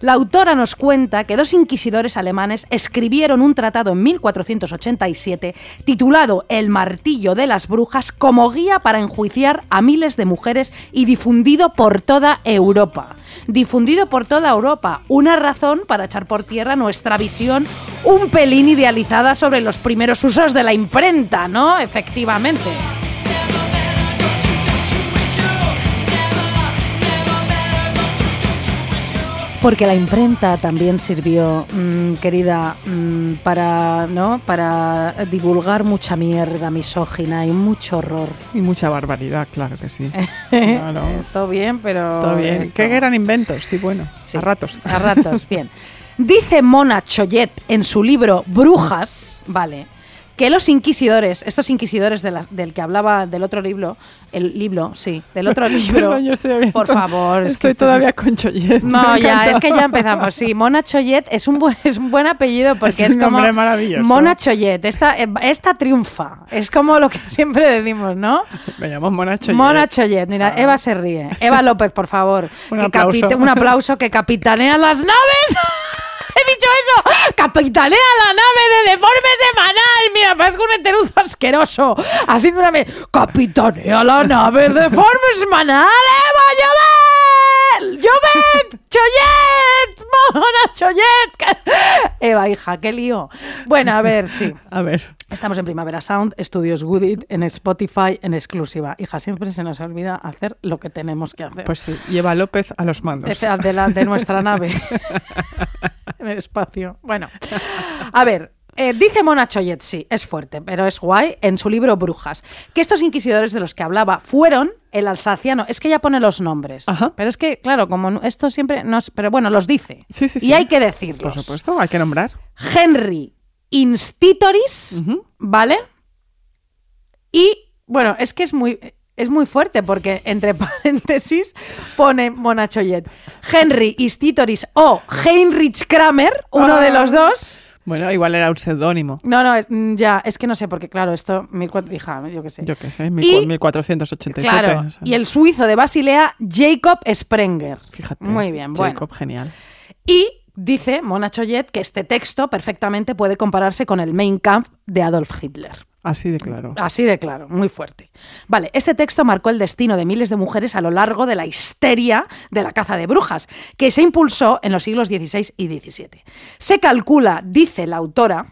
Speaker 3: La autora nos cuenta que dos inquisidores alemanes escribieron un tratado en 1487 titulado El martillo de las brujas como guía para enjuiciar a miles de mujeres y difundido por toda Europa. Difundido por toda Europa, una razón para echar por tierra nuestra visión un pelín idealizada sobre los primeros usos de la imprenta, ¿no? Efectivamente. Porque la imprenta también sirvió, mm, querida, mm, para, ¿no? para divulgar mucha mierda misógina y mucho horror.
Speaker 4: Y mucha barbaridad, claro
Speaker 3: <laughs>
Speaker 4: que sí. Claro.
Speaker 3: Eh, Todo bien, pero...
Speaker 4: Todo bien.
Speaker 3: esto-
Speaker 4: Que eran inventos, sí, bueno.
Speaker 3: Sí,
Speaker 4: A ratos.
Speaker 3: A <laughs> ratos, bien. Dice Mona Choyet en su libro Brujas, vale, que los inquisidores, estos inquisidores de las- del que hablaba del otro libro, el libro, sí, del
Speaker 4: <laughs>
Speaker 3: otro libro,
Speaker 4: Perdón, yo estoy abriendo-
Speaker 3: por favor, es que
Speaker 4: Estoy
Speaker 3: esto es-
Speaker 4: todavía con <laughs> Choyet.
Speaker 3: No,
Speaker 4: me
Speaker 3: ya,
Speaker 4: encanta.
Speaker 3: es que ya empezamos. Sí, Mona Choyet es un buen, <laughs> es un buen apellido porque
Speaker 4: Es
Speaker 3: es,
Speaker 4: un
Speaker 3: como.
Speaker 4: nombre maravilloso.
Speaker 3: Mona Choyet, esta, eh, esta triunfa. Es como lo que <laughs> siempre decimos, ¿no?
Speaker 4: <laughs> Me llamo Mona Choyet.
Speaker 3: Mona Choyet, mira,
Speaker 4: Ah.
Speaker 3: Eva se ríe. Eva López, por favor.
Speaker 4: <laughs> Un
Speaker 3: que
Speaker 4: aplauso.
Speaker 3: capite- un aplauso que capitanea las naves. <laughs> He dicho eso. Capitanea la nave de deforme semanal. Mira, parezco un enteruzo asqueroso. Haciendo una. me- Capitanea la nave de deforme semanal. Eva, Llobet. Llobet. Choyet. Mona Choyet. <laughs> Eva, hija, qué lío. Bueno, a ver, sí.
Speaker 4: A ver.
Speaker 3: Estamos en Primavera Sound, Estudios Goodit, en Spotify, en exclusiva. Hija, siempre se nos olvida hacer lo que tenemos que hacer.
Speaker 4: Pues sí, lleva López a los mandos.
Speaker 3: Es de, la- de nuestra nave. en el espacio. Bueno, a ver. eh, dice Mona Choyet, sí, es fuerte, pero es guay, en su libro Brujas, que estos inquisidores de los que hablaba fueron el alsaciano. Es que ya pone los nombres.
Speaker 4: Ajá.
Speaker 3: Pero es que, claro, como no- esto siempre nos. Pero bueno, los dice.
Speaker 4: <laughs> Sí, sí, sí.
Speaker 3: Y hay que decirlos.
Speaker 4: Por supuesto, hay que nombrar.
Speaker 3: Henry Institoris,
Speaker 4: Ujú.
Speaker 3: ¿vale? Y bueno, es que es muy, es muy fuerte porque entre <laughs> paréntesis pone Monachoyet. Henry Institoris o Heinrich Kramer, uno
Speaker 4: Ah.
Speaker 3: de los dos.
Speaker 4: Bueno, igual era un seudónimo.
Speaker 3: No, no, es- mm, ya, es que no sé, porque claro, esto, mil cua- hija, yo qué sé.
Speaker 4: Yo qué sé,
Speaker 3: Y-
Speaker 4: 1487.
Speaker 3: claro,
Speaker 4: o sea,
Speaker 3: y el suizo de Basilea, Jacob Sprenger.
Speaker 4: Fíjate.
Speaker 3: Muy bien, bueno.
Speaker 4: Jacob, genial.
Speaker 3: Y dice Mona Choyet que este texto perfectamente puede compararse con el Mein Kampf de Adolf Hitler.
Speaker 4: Así de claro.
Speaker 3: Así de claro, muy fuerte. Vale, este texto marcó el destino de miles de mujeres a lo largo de la histeria de la caza de brujas, que se impulsó en los siglos XVI y XVII. Se calcula, dice la autora,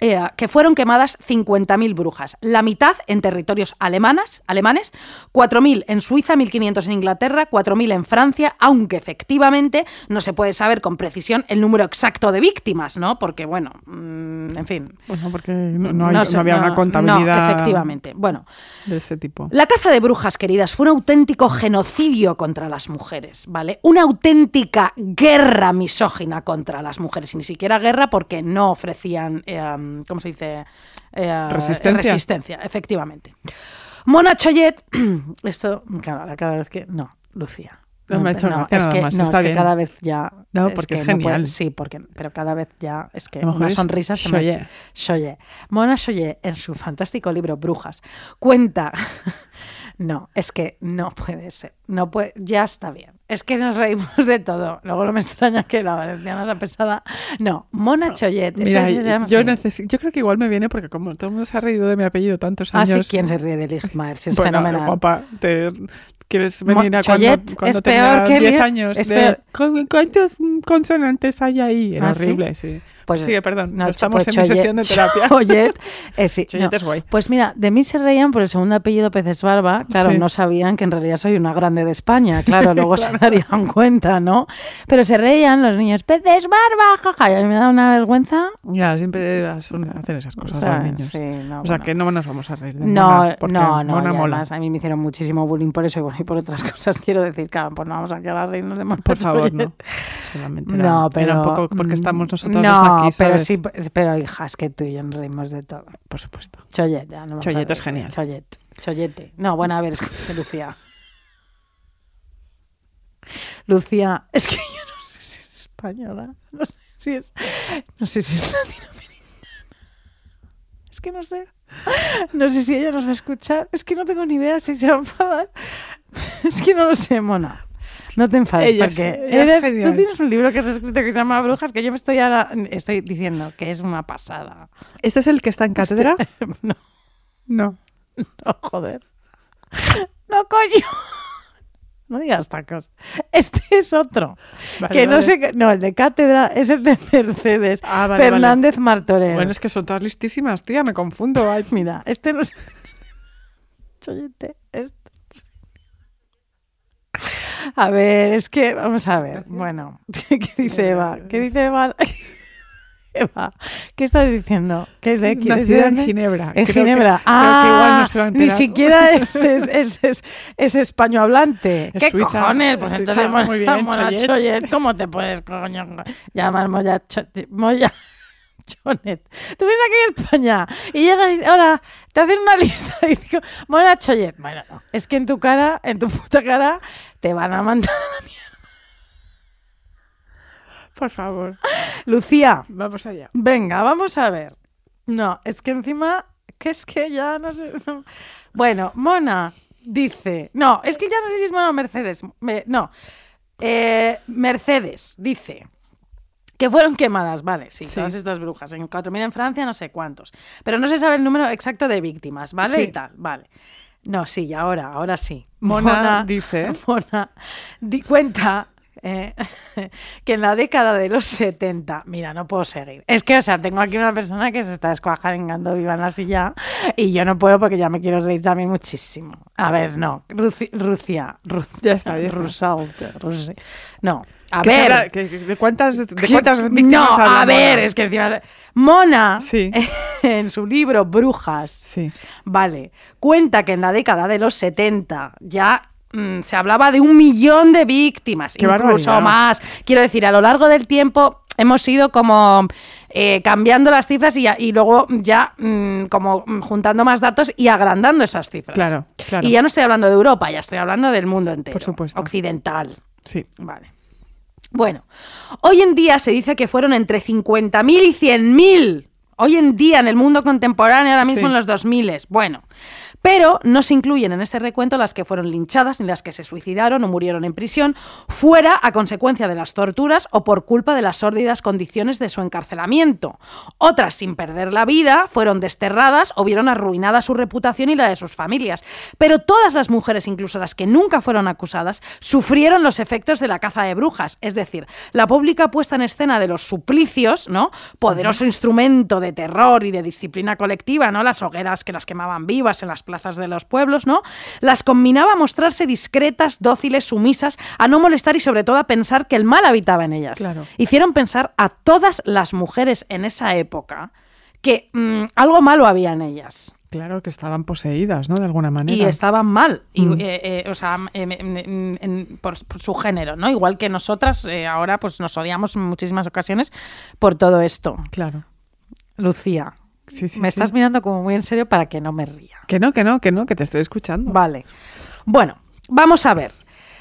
Speaker 3: eh, que fueron quemadas 50.000 brujas, la mitad en territorios alemanas, alemanes, 4.000 en Suiza, 1.500 en Inglaterra, 4.000 en Francia, aunque efectivamente no se puede saber con precisión el número exacto de víctimas, ¿no? Porque, bueno, mm, en fin.
Speaker 4: Bueno, porque no, no hay- no
Speaker 3: sé,
Speaker 4: había
Speaker 3: no,
Speaker 4: una contabilidad
Speaker 3: No, efectivamente. Bueno,
Speaker 4: de ese tipo.
Speaker 3: la caza de brujas, queridas, fue un auténtico genocidio contra las mujeres, ¿vale? Una auténtica guerra misógina contra las mujeres. Y ni siquiera guerra porque no ofrecían, eh, um, ¿cómo se dice? Eh,
Speaker 4: Resistencia.
Speaker 3: Resistencia, efectivamente. Mona Choyet, <clears throat> esto, claro, ahora cada vez que. No, Lucía.
Speaker 4: No me ha hecho gracia
Speaker 3: es
Speaker 4: nada
Speaker 3: que,
Speaker 4: más,
Speaker 3: no,
Speaker 4: está
Speaker 3: es que
Speaker 4: bien.
Speaker 3: cada vez ya.
Speaker 4: No, porque es
Speaker 3: que no
Speaker 4: genial.
Speaker 3: puede- sí, porque, pero cada vez ya es que
Speaker 4: A lo mejor
Speaker 3: una
Speaker 4: es
Speaker 3: sonrisa se me
Speaker 4: Choyet.
Speaker 3: Choyet. Mona Choyet, en su fantástico libro Brujas, cuenta. <laughs> No, es que no puede ser. No puede, ya está bien. Es que nos reímos de todo. Luego no me extraña que la valenciana sea pesada. No, Mona Choyet. esa
Speaker 4: Mira,
Speaker 3: se llama
Speaker 4: yo,
Speaker 3: así.
Speaker 4: necesi- yo creo que igual me viene porque como todo el mundo se ha reído de mi apellido tantos
Speaker 3: Ah, sí,
Speaker 4: años.
Speaker 3: ¿quién se ríe de Ligmaer? Si es
Speaker 4: Bueno,
Speaker 3: fenomenal.
Speaker 4: guapa, te- ¿quieres
Speaker 3: Mo-
Speaker 4: venir a
Speaker 3: Choyet
Speaker 4: cuando, cuando
Speaker 3: es peor
Speaker 4: tenía
Speaker 3: que
Speaker 4: 10
Speaker 3: Lier-
Speaker 4: años?
Speaker 3: es
Speaker 4: de,
Speaker 3: peor.
Speaker 4: "¿Cu- ¿Cuántas mm, consonantes hay ahí? Era
Speaker 3: ¿Ah, sí?
Speaker 4: horrible, sí.
Speaker 3: Pues,
Speaker 4: Sigue, perdón,
Speaker 3: no,
Speaker 4: no,
Speaker 3: cho-
Speaker 4: estamos
Speaker 3: pues
Speaker 4: en mi
Speaker 3: Choyet-
Speaker 4: sesión de terapia.
Speaker 3: Choyet, eh, sí,
Speaker 4: Choyet
Speaker 3: no.
Speaker 4: es guay.
Speaker 3: Pues mira, de mí se reían por el segundo apellido Peces Barba. Claro,
Speaker 4: Sí.
Speaker 3: no sabían que en realidad soy una grande de España. Claro,
Speaker 4: <laughs>
Speaker 3: luego se darían cuenta, ¿no? Pero se reían los niños, Peces Barba, jaja. Y a mí me da una vergüenza.
Speaker 4: Ya, siempre hacen hacen esas cosas
Speaker 3: O sea,
Speaker 4: los niños.
Speaker 3: sí, no,
Speaker 4: o sea,
Speaker 3: bueno.
Speaker 4: que no nos vamos a reír de
Speaker 3: No,
Speaker 4: Mona, porque
Speaker 3: no, no,
Speaker 4: Mona
Speaker 3: y
Speaker 4: mola.
Speaker 3: además a mí me hicieron muchísimo bullying por eso y, bueno, y por otras <laughs> cosas quiero decir, claro, pues no vamos a quedar a reírnos de Mona
Speaker 4: Por favor,
Speaker 3: Choyet. <laughs>
Speaker 4: no. Solamente era-
Speaker 3: No, pero. mm,
Speaker 4: era un poco porque estamos nosotros
Speaker 3: no,
Speaker 4: dos aquí,
Speaker 3: pero
Speaker 4: ¿sabes?
Speaker 3: sí, pero hijas, que tú y yo nos reímos de todo.
Speaker 4: Por supuesto.
Speaker 3: Choyet, ya no vamos a
Speaker 4: Choyet
Speaker 3: reír.
Speaker 4: es genial.
Speaker 3: Choyet, Choyete. No, bueno, a ver, escucha, Lucía. Lucía, es que yo no sé si es española, no sé si es, no sé si es latinoamericana. Es que no sé. No sé si ella nos va a escuchar. Es que no tengo ni idea si se va a enfadar. Es que no lo sé, Mona. No te enfades
Speaker 4: Ella es-
Speaker 3: porque
Speaker 4: ella es
Speaker 3: eres-
Speaker 4: genial.
Speaker 3: tú tienes un libro que has escrito que se llama Brujas que yo me estoy ahora estoy diciendo que es una pasada.
Speaker 4: ¿Este es el que está en cátedra?
Speaker 3: <laughs> No.
Speaker 4: <laughs> No.
Speaker 3: <laughs> No, joder. No, coño. <laughs> No digas tacos. Este es otro.
Speaker 4: Vale,
Speaker 3: que no
Speaker 4: vale.
Speaker 3: sé. qué- No, el de cátedra es el de Mercedes.
Speaker 4: Ah, vale, vale.
Speaker 3: Fernández Martorell.
Speaker 4: Bueno, es que son todas listísimas, tía, me confundo. Ay,
Speaker 3: Mira, este <laughs> no es. Choyete, este. A ver, es que, vamos a ver. Bueno, <laughs> ¿qué dice Eva? ¿Qué dice Eva? <laughs> Eva, ¿qué estás diciendo? ¿Qué es de aquí? ¿Desde
Speaker 4: Nacida en
Speaker 3: dónde?
Speaker 4: Ginebra.
Speaker 3: En
Speaker 4: Creo que-
Speaker 3: Ginebra.
Speaker 4: creo que
Speaker 3: ah,
Speaker 4: igual no se va a
Speaker 3: ni
Speaker 4: enterar.
Speaker 3: siquiera es, es, es, es, es españohablante.
Speaker 4: Es
Speaker 3: ¿Qué
Speaker 4: suiza,
Speaker 3: cojones? Pues
Speaker 4: es
Speaker 3: entonces,
Speaker 4: suiza.
Speaker 3: Mona-
Speaker 4: Muy bien,
Speaker 3: Mona
Speaker 4: Choyet.
Speaker 3: Choyet, ¿cómo te puedes, coño, llamar Moya, Cho- Moya Chonet? Tú vienes aquí a España y llegas y dices, ahora te hacen una <laughs> lista y digo, Mona Choyet. Bueno, no. es que en tu cara, en tu puta cara, te van a mandar a la mierda.
Speaker 4: Por favor,
Speaker 3: Lucía,
Speaker 4: vamos allá.
Speaker 3: Venga, vamos a ver. No, es que encima, que es que ya no sé. no. Bueno, Mona dice. No, es que ya no sé si es Mona o Mercedes. me- no. Eh, Mercedes dice. Que fueron quemadas, vale, sí,
Speaker 4: Sí.
Speaker 3: todas estas brujas. En 4.000 en Francia, no sé cuántos. Pero no se sabe el número exacto de víctimas, ¿vale?
Speaker 4: Sí.
Speaker 3: Y tal, vale. No, sí, y ahora, ahora sí.
Speaker 4: Mona <laughs> dice-
Speaker 3: Mona di cuenta eh, <laughs> que en la década de los 70, mira, no puedo seguir. Es que, o sea, tengo aquí una persona que se está escuajarengando viva en la silla y yo no puedo porque ya me quiero reír también muchísimo. A ver, no, Ruci- Rucia, Rucia,
Speaker 4: Ya está, ya está.
Speaker 3: Rusault, Rusi- No, a
Speaker 4: ¿Qué se
Speaker 3: ver.
Speaker 4: habla- qué- qué- ¿De cuántas, de
Speaker 3: ¿Qué?
Speaker 4: cuántas víctimas
Speaker 3: No,
Speaker 4: habla
Speaker 3: a ver,
Speaker 4: Mona?
Speaker 3: es que encima... Mona,
Speaker 4: Sí.
Speaker 3: <laughs> en su libro Brujas,
Speaker 4: Sí.
Speaker 3: vale, cuenta que en la década de los 70 ya mm, se hablaba de un millón de víctimas,
Speaker 4: Qué
Speaker 3: incluso
Speaker 4: barbaridad.
Speaker 3: más. Quiero decir, a lo largo del tiempo hemos ido como eh, cambiando las cifras y, ya- y luego ya mm, como mm, juntando más datos y agrandando esas cifras.
Speaker 4: Claro, claro.
Speaker 3: Y ya no estoy hablando de Europa, ya estoy hablando del mundo entero.
Speaker 4: Por supuesto.
Speaker 3: Occidental.
Speaker 4: Sí.
Speaker 3: Vale. Bueno, hoy en día se dice que fueron entre 50.000 y 100.000. Hoy en día, en el mundo contemporáneo, ahora mismo
Speaker 4: Sí.
Speaker 3: en los 2000. Bueno, Pero no se incluyen en este recuento las que fueron linchadas, ni las que se suicidaron o murieron en prisión, fuera a consecuencia de las torturas o por culpa de las sórdidas condiciones de su encarcelamiento. Otras, sin perder la vida, fueron desterradas o vieron arruinada su reputación y la de sus familias. Pero todas las mujeres, incluso las que nunca fueron acusadas, sufrieron los efectos de la caza de brujas, es decir, la pública puesta en escena de los suplicios, ¿no? Poderoso instrumento de terror y de disciplina colectiva, ¿no? Las hogueras que las quemaban vivas en las plazas de los pueblos, ¿no? Las combinaba a mostrarse discretas, dóciles, sumisas, a no molestar y sobre todo a pensar que el mal habitaba en ellas.
Speaker 4: Claro.
Speaker 3: Hicieron pensar a todas las mujeres en esa época que mm, algo malo había en ellas.
Speaker 4: Claro que estaban poseídas, ¿no? De alguna manera.
Speaker 3: Y estaban mal, y,
Speaker 4: Mm.
Speaker 3: eh, eh, o sea, m- em- em- em- en- por, por su género, ¿no? Igual que nosotras eh, ahora pues nos odiamos en muchísimas ocasiones por todo esto.
Speaker 4: Claro.
Speaker 3: Lucía,
Speaker 4: Sí, sí,
Speaker 3: me
Speaker 4: sí.
Speaker 3: estás mirando como muy en serio para que no me ría.
Speaker 4: Que no, que no, que no, que te estoy escuchando.
Speaker 3: Vale. Bueno, vamos a ver.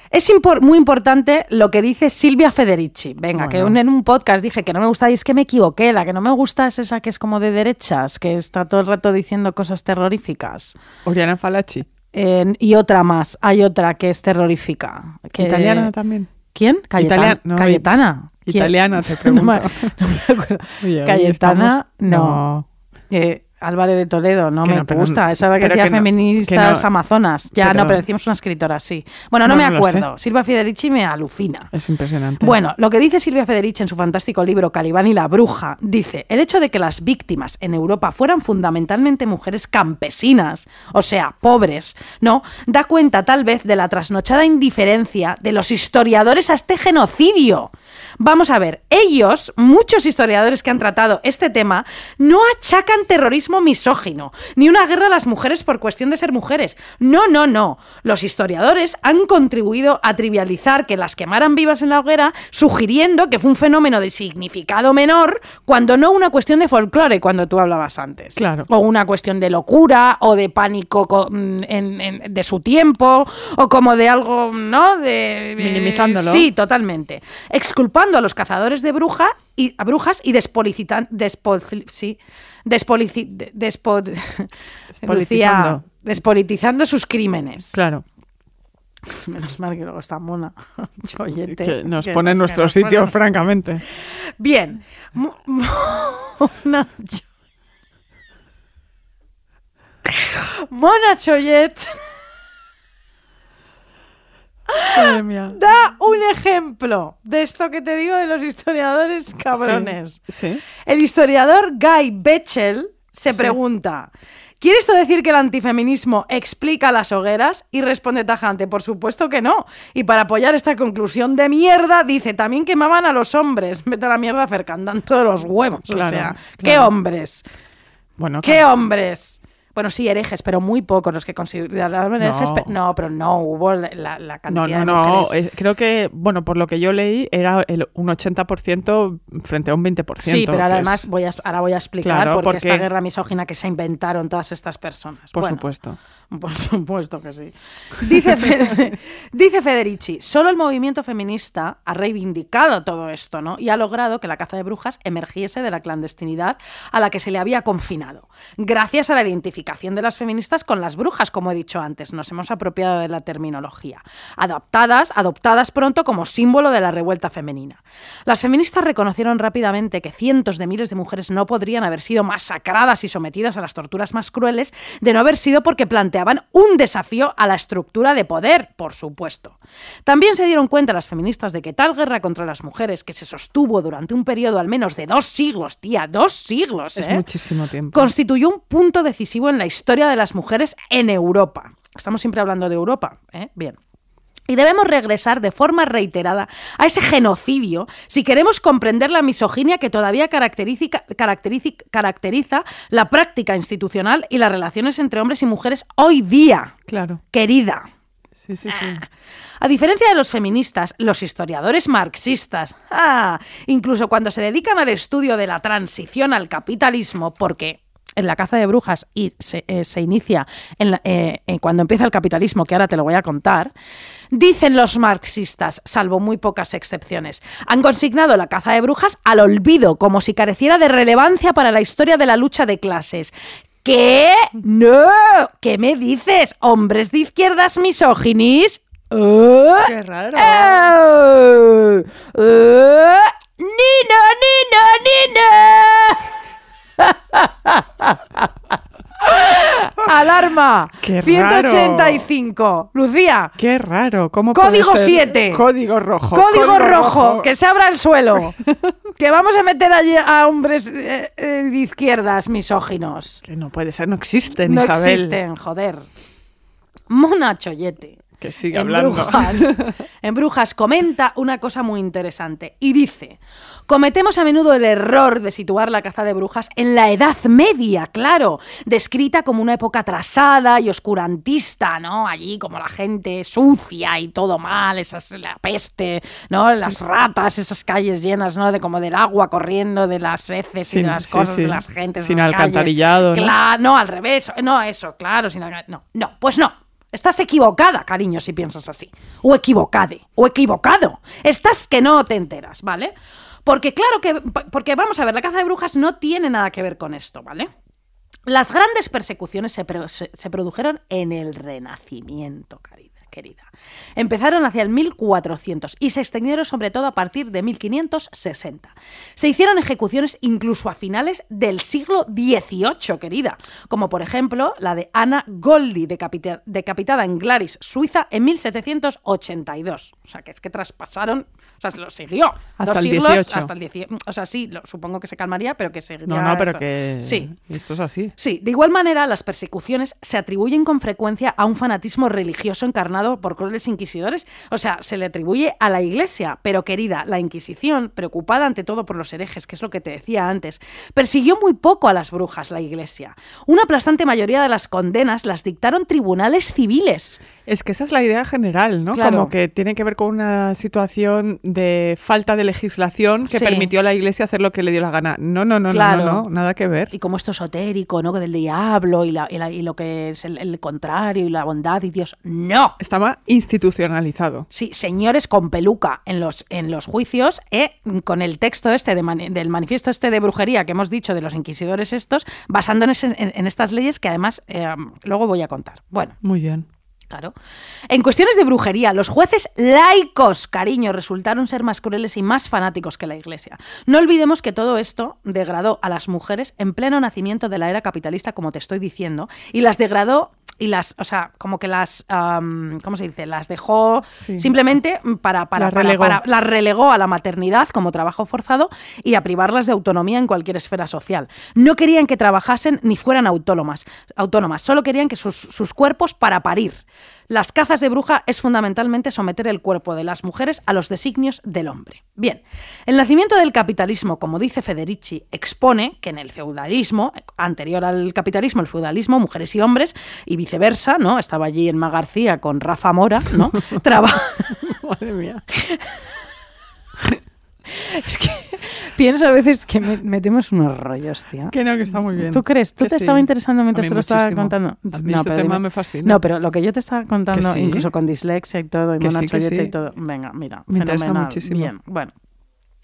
Speaker 3: Es impor- muy importante lo que dice Silvia Federici. Venga, que
Speaker 4: Bueno.
Speaker 3: un- en un podcast dije que no me gusta y es que me equivoqué. La que no me gusta es esa que es como de derechas, que está todo el rato diciendo cosas terroríficas.
Speaker 4: Oriana Falachi.
Speaker 3: En- y otra más, hay otra que es terrorífica. Que,
Speaker 4: Italiana también.
Speaker 3: ¿Quién? Cayetana.
Speaker 4: Italiana, no,
Speaker 3: Cayetana.
Speaker 4: it-
Speaker 3: ¿Quién?
Speaker 4: italiana,
Speaker 3: <laughs>
Speaker 4: te
Speaker 3: No me,
Speaker 4: pregunto.
Speaker 3: no me
Speaker 4: <laughs>
Speaker 3: acuerdo.
Speaker 4: Oye, hoy
Speaker 3: Cayetana,
Speaker 4: estamos-
Speaker 3: no. Eh, Álvarez de Toledo, no
Speaker 4: Que
Speaker 3: me
Speaker 4: no, pero-
Speaker 3: gusta. Esa que
Speaker 4: pero
Speaker 3: decía
Speaker 4: que no, que
Speaker 3: feministas
Speaker 4: no.
Speaker 3: amazonas. Ya,
Speaker 4: Pero-
Speaker 3: no, pero decimos una escritora, sí. Bueno, no,
Speaker 4: No,
Speaker 3: me
Speaker 4: no lo sé.
Speaker 3: acuerdo. Silva Federici me alucina.
Speaker 4: Es impresionante.
Speaker 3: Bueno, lo que dice Silvia Federici en su fantástico libro Calibán y la bruja, dice, el hecho de que las víctimas en Europa fueran fundamentalmente mujeres campesinas, o sea, pobres, ¿no? Da cuenta tal vez de la trasnochada indiferencia de los historiadores a este genocidio. Vamos a ver, ellos, muchos historiadores que han tratado este tema, no achacan terrorismo misógino, ni una guerra a las mujeres por cuestión de ser mujeres. No, no, no. Los historiadores han contribuido a trivializar que las quemaran vivas en la hoguera, sugiriendo que fue un fenómeno de significado menor, cuando no una cuestión de folclore, cuando tú hablabas antes.
Speaker 4: Claro.
Speaker 3: O una cuestión de locura, o de pánico co- mm, en- en- de su tiempo, o como de algo, ¿no? De, eh,
Speaker 4: Minimizándolo.
Speaker 3: Sí, totalmente. Exculpando a los cazadores de bruja y, a brujas y despolicitan, despolici- sí, despolici- de- despo- <laughs>
Speaker 4: Despolitizando.
Speaker 3: Lucía, despolitizando sus crímenes.
Speaker 4: Claro.
Speaker 3: Menos mal que luego está mona. <laughs> Yo oyente,
Speaker 4: Que nos
Speaker 3: que
Speaker 4: pone en
Speaker 3: que
Speaker 4: nuestro
Speaker 3: nos
Speaker 4: sitio,
Speaker 3: pone- <laughs>
Speaker 4: francamente.
Speaker 3: Bien. Mo- <laughs> Mona Cho- Mona Choyet
Speaker 4: Madre mía.
Speaker 3: da un ejemplo de esto que te digo de los historiadores cabrones.
Speaker 4: Sí.
Speaker 3: El historiador Guy Bechel se
Speaker 4: Sí.
Speaker 3: pregunta, ¿quiere esto decir que el antifeminismo explica las hogueras? Y responde tajante, por supuesto que no. Y para apoyar esta conclusión de mierda, dice, también quemaban a los hombres. Vete a la mierda, Fercandán, todos los huevos. o
Speaker 4: Claro,
Speaker 3: sea, ¿qué
Speaker 4: claro.
Speaker 3: hombres?
Speaker 4: Bueno,
Speaker 3: ¿Qué
Speaker 4: claro.
Speaker 3: hombres? Bueno, sí, herejes, pero muy pocos los que consideraban herejes.
Speaker 4: No.
Speaker 3: pe- No, pero no hubo la, la- la
Speaker 4: No,
Speaker 3: cantidad
Speaker 4: no,
Speaker 3: de
Speaker 4: no.
Speaker 3: mujeres.
Speaker 4: es- creo que, bueno, por lo que yo leí, era el- un 80% frente a un 20%.
Speaker 3: Sí, pero
Speaker 4: que
Speaker 3: ahora
Speaker 4: es-
Speaker 3: además voy a, ahora voy a explicar
Speaker 4: Claro,
Speaker 3: por qué
Speaker 4: porque-
Speaker 3: esta guerra misógina que se inventaron todas estas personas.
Speaker 4: Por
Speaker 3: Bueno, ¿eh?
Speaker 4: supuesto.
Speaker 3: <laughs> Por supuesto que sí. Dice, Fe- <laughs> dice Federici, solo el movimiento feminista ha reivindicado todo esto, ¿no? Y ha logrado que la caza de brujas emergiese de la clandestinidad a la que se le había confinado. Gracias a la identificación de las feministas con las brujas, como he dicho antes, nos hemos apropiado de la terminología. Adaptadas, adoptadas pronto como símbolo de la revuelta femenina. Las feministas reconocieron rápidamente que cientos de miles de mujeres no podrían haber sido masacradas y sometidas a las torturas más crueles de no haber sido porque planteaban un desafío a la estructura de poder, por supuesto. También se dieron cuenta las feministas de que tal guerra contra las mujeres, que se sostuvo durante un periodo al menos de dos siglos, tía, dos siglos,
Speaker 4: Es
Speaker 3: ¿eh?
Speaker 4: muchísimo tiempo.
Speaker 3: constituyó un punto decisivo en la historia de las mujeres en Europa. Estamos siempre hablando de Europa, ¿eh? Bien. Y debemos regresar de forma reiterada a ese genocidio si queremos comprender la misoginia que todavía caracteriza, caracteriza- caracteriza la práctica institucional y las relaciones entre hombres y mujeres hoy día,
Speaker 4: Claro.
Speaker 3: querida.
Speaker 4: Sí, sí, sí.
Speaker 3: Ah, A diferencia de los feministas, los historiadores marxistas, <laughs> ah, incluso cuando se dedican al estudio de la transición al capitalismo, porque en la caza de brujas y se, eh, se inicia en la- eh, eh, cuando empieza el capitalismo, que ahora te lo voy a contar, dicen los marxistas, salvo muy pocas excepciones, han consignado la caza de brujas al olvido, como si careciera de relevancia para la historia de la lucha de clases. ¿Qué? ¡No! ¿Qué me dices? ¿Hombres de izquierdas misóginis? ¡Eh!
Speaker 4: ¡Qué raro!
Speaker 3: ¡Eh! ¡Eh! ¡Nino, Nino, Nino! ¡Alarma!
Speaker 4: ¡Qué raro!
Speaker 3: 185. Lucía,
Speaker 4: ¡Qué raro! ¿Cómo
Speaker 3: Código
Speaker 4: puede ser?
Speaker 3: siete.
Speaker 4: Código rojo.
Speaker 3: código rojo, que se abra el suelo. que vamos a meter allí a hombres eh, eh, de izquierdas misóginos.
Speaker 4: Que no puede ser, no existen,
Speaker 3: No
Speaker 4: Isabel.
Speaker 3: existen, joder. Mona Chollete.
Speaker 4: Que sigue
Speaker 3: En
Speaker 4: hablando.
Speaker 3: <laughs>
Speaker 4: <laughs>
Speaker 3: Brujas, en Brujas comenta una cosa muy interesante y dice, cometemos a menudo el error de situar la caza de brujas en la Edad Media, claro, descrita como una época atrasada y oscurantista, ¿no? Allí como la gente sucia y todo mal, esas la peste, ¿no? Las ratas, esas calles llenas, ¿no? De como del agua corriendo de las heces y
Speaker 4: Sin-
Speaker 3: de las
Speaker 4: sí,
Speaker 3: cosas
Speaker 4: sí.
Speaker 3: de las gentes.
Speaker 4: Sin
Speaker 3: esas calles.
Speaker 4: alcantarillado, ¿no?
Speaker 3: Claro, no, al revés. No, eso, claro, sin alca- No, no, pues no. Estás equivocada, cariño, si piensas así. O equivocade, o equivocado. Estás que no te enteras, ¿vale? Porque claro que... Porque vamos a ver, la caza de brujas no tiene nada que ver con esto, ¿vale? Las grandes persecuciones se, pro- se- se produjeron en el Renacimiento, querida, querida. Empezaron hacia el 1400 y se extendieron sobre todo a partir de 1560. Se hicieron ejecuciones incluso a finales del siglo XVIII, querida, como por ejemplo la de Ana Goldi, decapita- decapitada en Glaris, Suiza, en 1782. O sea, que es que traspasaron, o sea, se lo siguió.
Speaker 4: Hasta
Speaker 3: dos
Speaker 4: el
Speaker 3: siglos,
Speaker 4: 18.
Speaker 3: hasta el 18. O sea, sí, lo- supongo que se calmaría, pero que seguiría.
Speaker 4: No, no, pero
Speaker 3: esto.
Speaker 4: que.
Speaker 3: Sí,
Speaker 4: Esto es así.
Speaker 3: Sí, de igual manera, las persecuciones se atribuyen con frecuencia a un fanatismo religioso encarnado por crueles inquisidores. O sea, se le atribuye a la Iglesia. Pero querida, la Inquisición, preocupada ante todo por los herejes, que es lo que te decía antes, persiguió muy poco a las brujas la Iglesia. Una aplastante mayoría de las condenas las dictaron tribunales civiles.
Speaker 4: Es que esa es la idea general, ¿no?
Speaker 3: Claro.
Speaker 4: Como que tiene que ver con una situación de falta de legislación que
Speaker 3: Sí.
Speaker 4: permitió a la Iglesia hacer lo que le dio la gana. No, no, no, no,
Speaker 3: Claro.
Speaker 4: no, no, nada que ver.
Speaker 3: Y como esto esotérico, ¿no? Del diablo y, la- y la- y lo que es el- el contrario y la bondad y Dios. ¡No!
Speaker 4: Estaba institucionalizado.
Speaker 3: Sí, señores con peluca en los, en los juicios, ¿eh? con el texto este de mani- del manifiesto este de brujería que hemos dicho de los inquisidores estos, basándonos en, en- en estas leyes que además eh, luego voy a contar. Bueno,
Speaker 4: Muy bien.
Speaker 3: Claro. En cuestiones de brujería, los jueces laicos, cariño, resultaron ser más crueles y más fanáticos que la Iglesia. No olvidemos que todo esto degradó a las mujeres en pleno nacimiento de la era capitalista, como te estoy diciendo, y las degradó y las, o sea, como que las, am, ¿cómo se dice? Las dejó
Speaker 4: Sí.
Speaker 3: simplemente para, para,
Speaker 4: Las
Speaker 3: para-
Speaker 4: relegó.
Speaker 3: para- las relegó a la maternidad como trabajo forzado y a privarlas de autonomía en cualquier esfera social. No querían que trabajasen ni fueran autónomas, autónomas solo querían que sus, sus cuerpos para parir. Las cazas de bruja es fundamentalmente someter el cuerpo de las mujeres a los designios del hombre. Bien, el nacimiento del capitalismo, como dice Federici, expone que en el feudalismo, anterior al capitalismo, el feudalismo, mujeres y hombres, y viceversa, ¿no? Estaba allí Enma García con Rafa Mora, ¿no? Traba-
Speaker 4: Madre mía.
Speaker 3: Es que <laughs> pienso a veces que me- metemos unos rollos, tío.
Speaker 4: Que no, que está muy bien.
Speaker 3: ¿Tú crees? ¿Tú
Speaker 4: Que
Speaker 3: te
Speaker 4: sí.
Speaker 3: estaba interesando
Speaker 4: A
Speaker 3: mientras
Speaker 4: mí
Speaker 3: te lo estaba
Speaker 4: muchísimo.
Speaker 3: contando?
Speaker 4: A mí este
Speaker 3: pero
Speaker 4: tema
Speaker 3: dime.
Speaker 4: me fascina.
Speaker 3: No, pero lo que yo te estaba contando,
Speaker 4: sí.
Speaker 3: incluso con dislexia y todo, y
Speaker 4: Que sí,
Speaker 3: mona
Speaker 4: que
Speaker 3: chollete
Speaker 4: sí.
Speaker 3: y todo. Venga, mira,
Speaker 4: Me interesa
Speaker 3: fenomenal.
Speaker 4: muchísimo.
Speaker 3: Bien, bueno.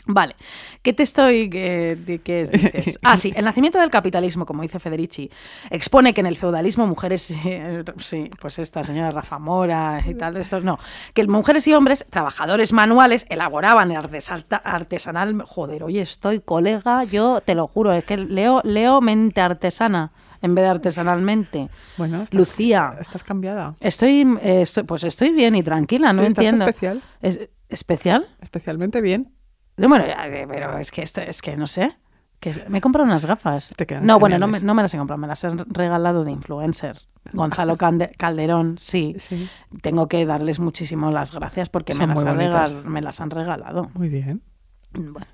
Speaker 3: Vale, ¿qué te estoy... eh, di- qué
Speaker 4: <laughs>
Speaker 3: dices? Ah, sí, el nacimiento del capitalismo, como dice Federici, expone que en el feudalismo mujeres... <laughs> eh, sí, pues esta señora Rafa Mora y tal, esto no. Que mujeres y hombres, trabajadores manuales, elaboraban el artesalta- artesanal... Joder, hoy estoy, colega, yo te lo juro, es que leo, leo mente artesana en vez de artesanalmente.
Speaker 4: Bueno, estás-
Speaker 3: Lucía.
Speaker 4: Estás cambiada.
Speaker 3: Estoy, eh, estoy- pues estoy bien y tranquila, no
Speaker 4: Sí, estás
Speaker 3: entiendo.
Speaker 4: especial.
Speaker 3: Es- ¿Especial?
Speaker 4: Especialmente bien.
Speaker 3: No, Bueno, ya, eh, pero es que esto, es que no sé. Que es- me he comprado unas gafas.
Speaker 4: Te quedan
Speaker 3: no, bueno, no me,
Speaker 4: geniales.
Speaker 3: no me las he comprado, me las han regalado de influencer. Gonzalo Cande- Calderón, sí.
Speaker 4: Sí.
Speaker 3: Tengo que darles muchísimo las gracias porque me
Speaker 4: Son
Speaker 3: las,
Speaker 4: muy
Speaker 3: ha
Speaker 4: bonitas.
Speaker 3: regal- me las han regalado.
Speaker 4: Muy bien.
Speaker 3: Bueno.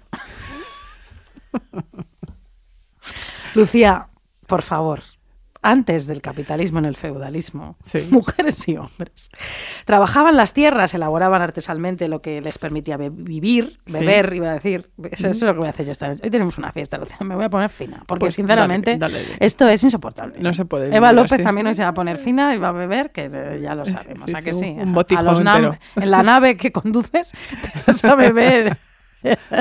Speaker 3: Lucía, por favor, antes del capitalismo en el feudalismo,
Speaker 4: Sí.
Speaker 3: mujeres y hombres trabajaban las tierras, elaboraban artesanalmente lo que les permitía be- vivir,
Speaker 4: Sí.
Speaker 3: beber, iba a decir. Eso, eso es lo que voy a hacer yo esta noche. Hoy tenemos una fiesta, Lucía, me voy a poner fina, porque
Speaker 4: Pues
Speaker 3: sinceramente
Speaker 4: dale, dale.
Speaker 3: esto es insoportable.
Speaker 4: No se puede vivir
Speaker 3: Eva López
Speaker 4: así.
Speaker 3: también hoy se va a poner fina y va a beber, que eh, ya lo
Speaker 4: Sí,
Speaker 3: sabemos.
Speaker 4: sí,
Speaker 3: ¿a
Speaker 4: sí,
Speaker 3: que
Speaker 4: un-
Speaker 3: sí?
Speaker 4: un
Speaker 3: A- a
Speaker 4: botijo
Speaker 3: los nam-
Speaker 4: entero. <laughs>
Speaker 3: En la nave que conduces te vas a beber <laughs>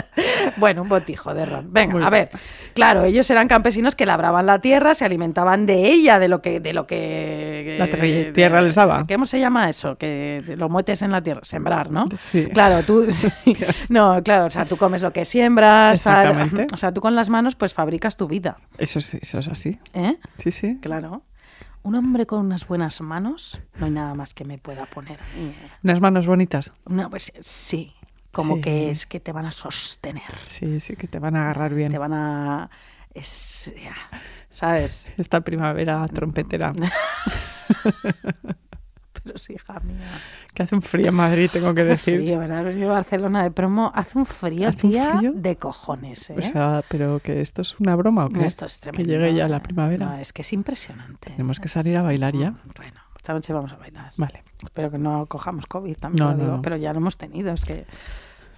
Speaker 3: bueno, un botijo de ron. Venga,
Speaker 4: Muy
Speaker 3: a
Speaker 4: bien.
Speaker 3: ver. Claro, ellos eran campesinos que labraban la tierra, se alimentaban de ella, de lo que... De lo que eh,
Speaker 4: La tierra- tierra les daba.
Speaker 3: ¿Cómo se llama eso? Que lo metes en la tierra. Sembrar, ¿no?
Speaker 4: <laughs> Sí.
Speaker 3: Claro, tú... sí. No, claro, o sea, tú comes lo que siembras. tal.
Speaker 4: Exactamente.
Speaker 3: O sea, tú con las manos pues fabricas tu vida,
Speaker 4: Eso es, eso es así.
Speaker 3: ¿eh?
Speaker 4: Sí, sí.
Speaker 3: Claro. Un hombre con unas buenas manos, no hay nada más que me pueda poner. a mí, ¿eh?
Speaker 4: Unas manos bonitas.
Speaker 3: Una, pues sí, como
Speaker 4: Sí.
Speaker 3: que es que te van a sostener,
Speaker 4: Sí, sí, que te van a agarrar bien.
Speaker 3: te van a... es- ya, ¿Sabes?
Speaker 4: Esta primavera trompetera.
Speaker 3: Pero sí, hija mía.
Speaker 4: que hace un frío en Madrid, tengo que
Speaker 3: Hace
Speaker 4: decir.
Speaker 3: frío, ¿verdad? He venido a Barcelona de promo. Hace un frío,
Speaker 4: Hace un
Speaker 3: tía,
Speaker 4: frío.
Speaker 3: de cojones, ¿eh?
Speaker 4: O sea, pero que esto es una broma o qué?
Speaker 3: No, esto es
Speaker 4: que
Speaker 3: tremendo.
Speaker 4: llegue ya la primavera.
Speaker 3: No, es que es Mm. impresionante.
Speaker 4: Tenemos que salir a bailar ya.
Speaker 3: Bueno, esta noche vamos a bailar.
Speaker 4: Vale.
Speaker 3: Espero que no cojamos COVID, también
Speaker 4: No,
Speaker 3: lo
Speaker 4: no,
Speaker 3: digo,
Speaker 4: no.
Speaker 3: pero ya lo hemos tenido. Es que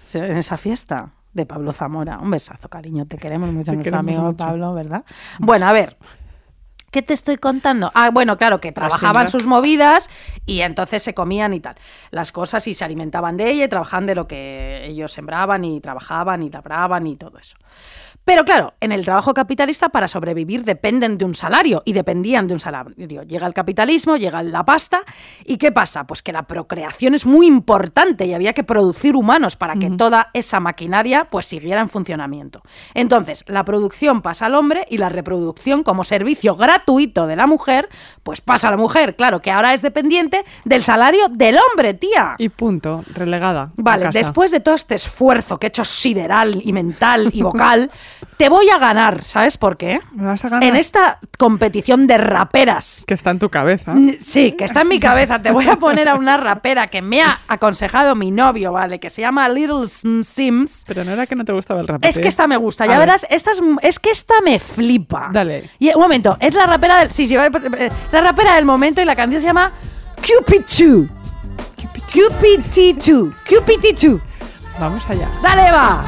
Speaker 3: se- en esa fiesta de Pablo Zamora, un besazo, cariño, te queremos mucho,
Speaker 4: Te
Speaker 3: nuestro
Speaker 4: queremos
Speaker 3: amigo
Speaker 4: mucho.
Speaker 3: Pablo, ¿verdad? Bueno, a ver. ¿Qué te estoy contando? Ah, bueno, claro, que trabajaban
Speaker 4: Sandra.
Speaker 3: sus movidas y entonces se comían y tal. Las cosas y se alimentaban de ella y trabajaban de lo que ellos sembraban y trabajaban y labraban y todo eso. Pero claro, en el trabajo capitalista para sobrevivir dependen de un salario y dependían de un salario. Llega el capitalismo, llega la pasta y ¿qué pasa? Pues que la procreación es muy importante y había que producir humanos para que toda esa maquinaria pues siguiera en funcionamiento. Entonces, la producción pasa al hombre y la reproducción como servicio gratuito de la mujer pues pasa a la mujer, claro, que ahora es dependiente del salario del hombre, tía.
Speaker 4: Y punto, relegada. a
Speaker 3: Vale,
Speaker 4: casa.
Speaker 3: después de todo este esfuerzo que he hecho sideral y mental y vocal, <laughs> te voy a ganar, ¿sabes por qué?
Speaker 4: Me vas a ganar.
Speaker 3: En esta competición de raperas.
Speaker 4: Que está en tu cabeza.
Speaker 3: Mm, Sí, que está en mi cabeza. Te voy a poner a una rapera que me ha aconsejado mi novio, ¿vale? Que se llama Little Sim Sims.
Speaker 4: Pero no era que no te gustaba el rap. ¿eh?
Speaker 3: Es que esta me gusta, ya
Speaker 4: A ver.
Speaker 3: verás, esta es, es que esta me flipa.
Speaker 4: Dale.
Speaker 3: Y, un momento, es la rapera del. Sí, sí, va- eh, la rapera del momento y la canción se llama Cupid 2. Cupid 2. Cupid 2.
Speaker 4: Vamos allá.
Speaker 3: Dale, va.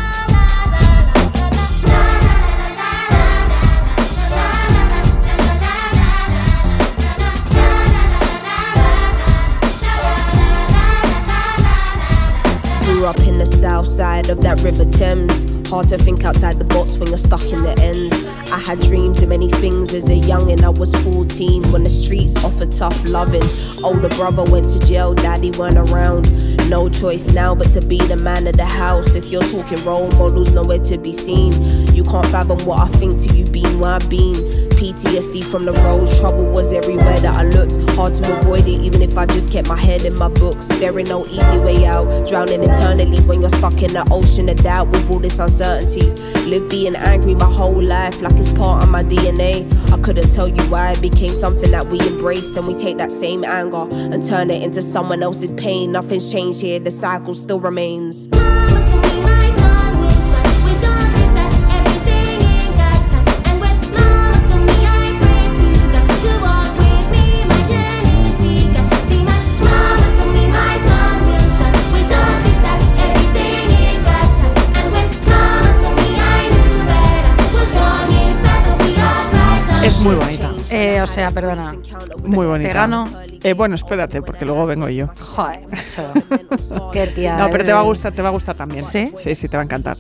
Speaker 6: Grew up in the south side of that River Thames. Hard to think outside the box when you're stuck in the ends. I had dreams and many things as a youngin'. I was 14 when the streets offered tough loving. Older brother went to jail, daddy weren't around. No choice now but to be the man of the house. If you're talking role models, nowhere to be seen. You can't fathom what I think till you been where I've been. PTSD from the roads, trouble was everywhere that I looked. Hard to avoid it, even if I just kept my head in my books. There ain't no easy way out, drowning eternally when you're stuck in the ocean of doubt with all this uncertainty. Live being angry my whole life, like it's part of my DNA. I couldn't tell you why it became something that we embraced, and we take that same anger and turn it into someone else's pain. Nothing's changed here, the cycle still remains.
Speaker 4: Es muy bonita.
Speaker 3: Eh, o sea, perdona.
Speaker 4: Muy bonita.
Speaker 3: gano.
Speaker 4: Eh, bueno, espérate, porque luego vengo
Speaker 3: <laughs>
Speaker 4: yo.
Speaker 3: Joder,
Speaker 4: <laughs>
Speaker 3: macho. Qué tía.
Speaker 4: No, pero te va a
Speaker 3: eres.
Speaker 4: gustar, te va a gustar también. ¿Sí? Sí, sí, te va a encantar.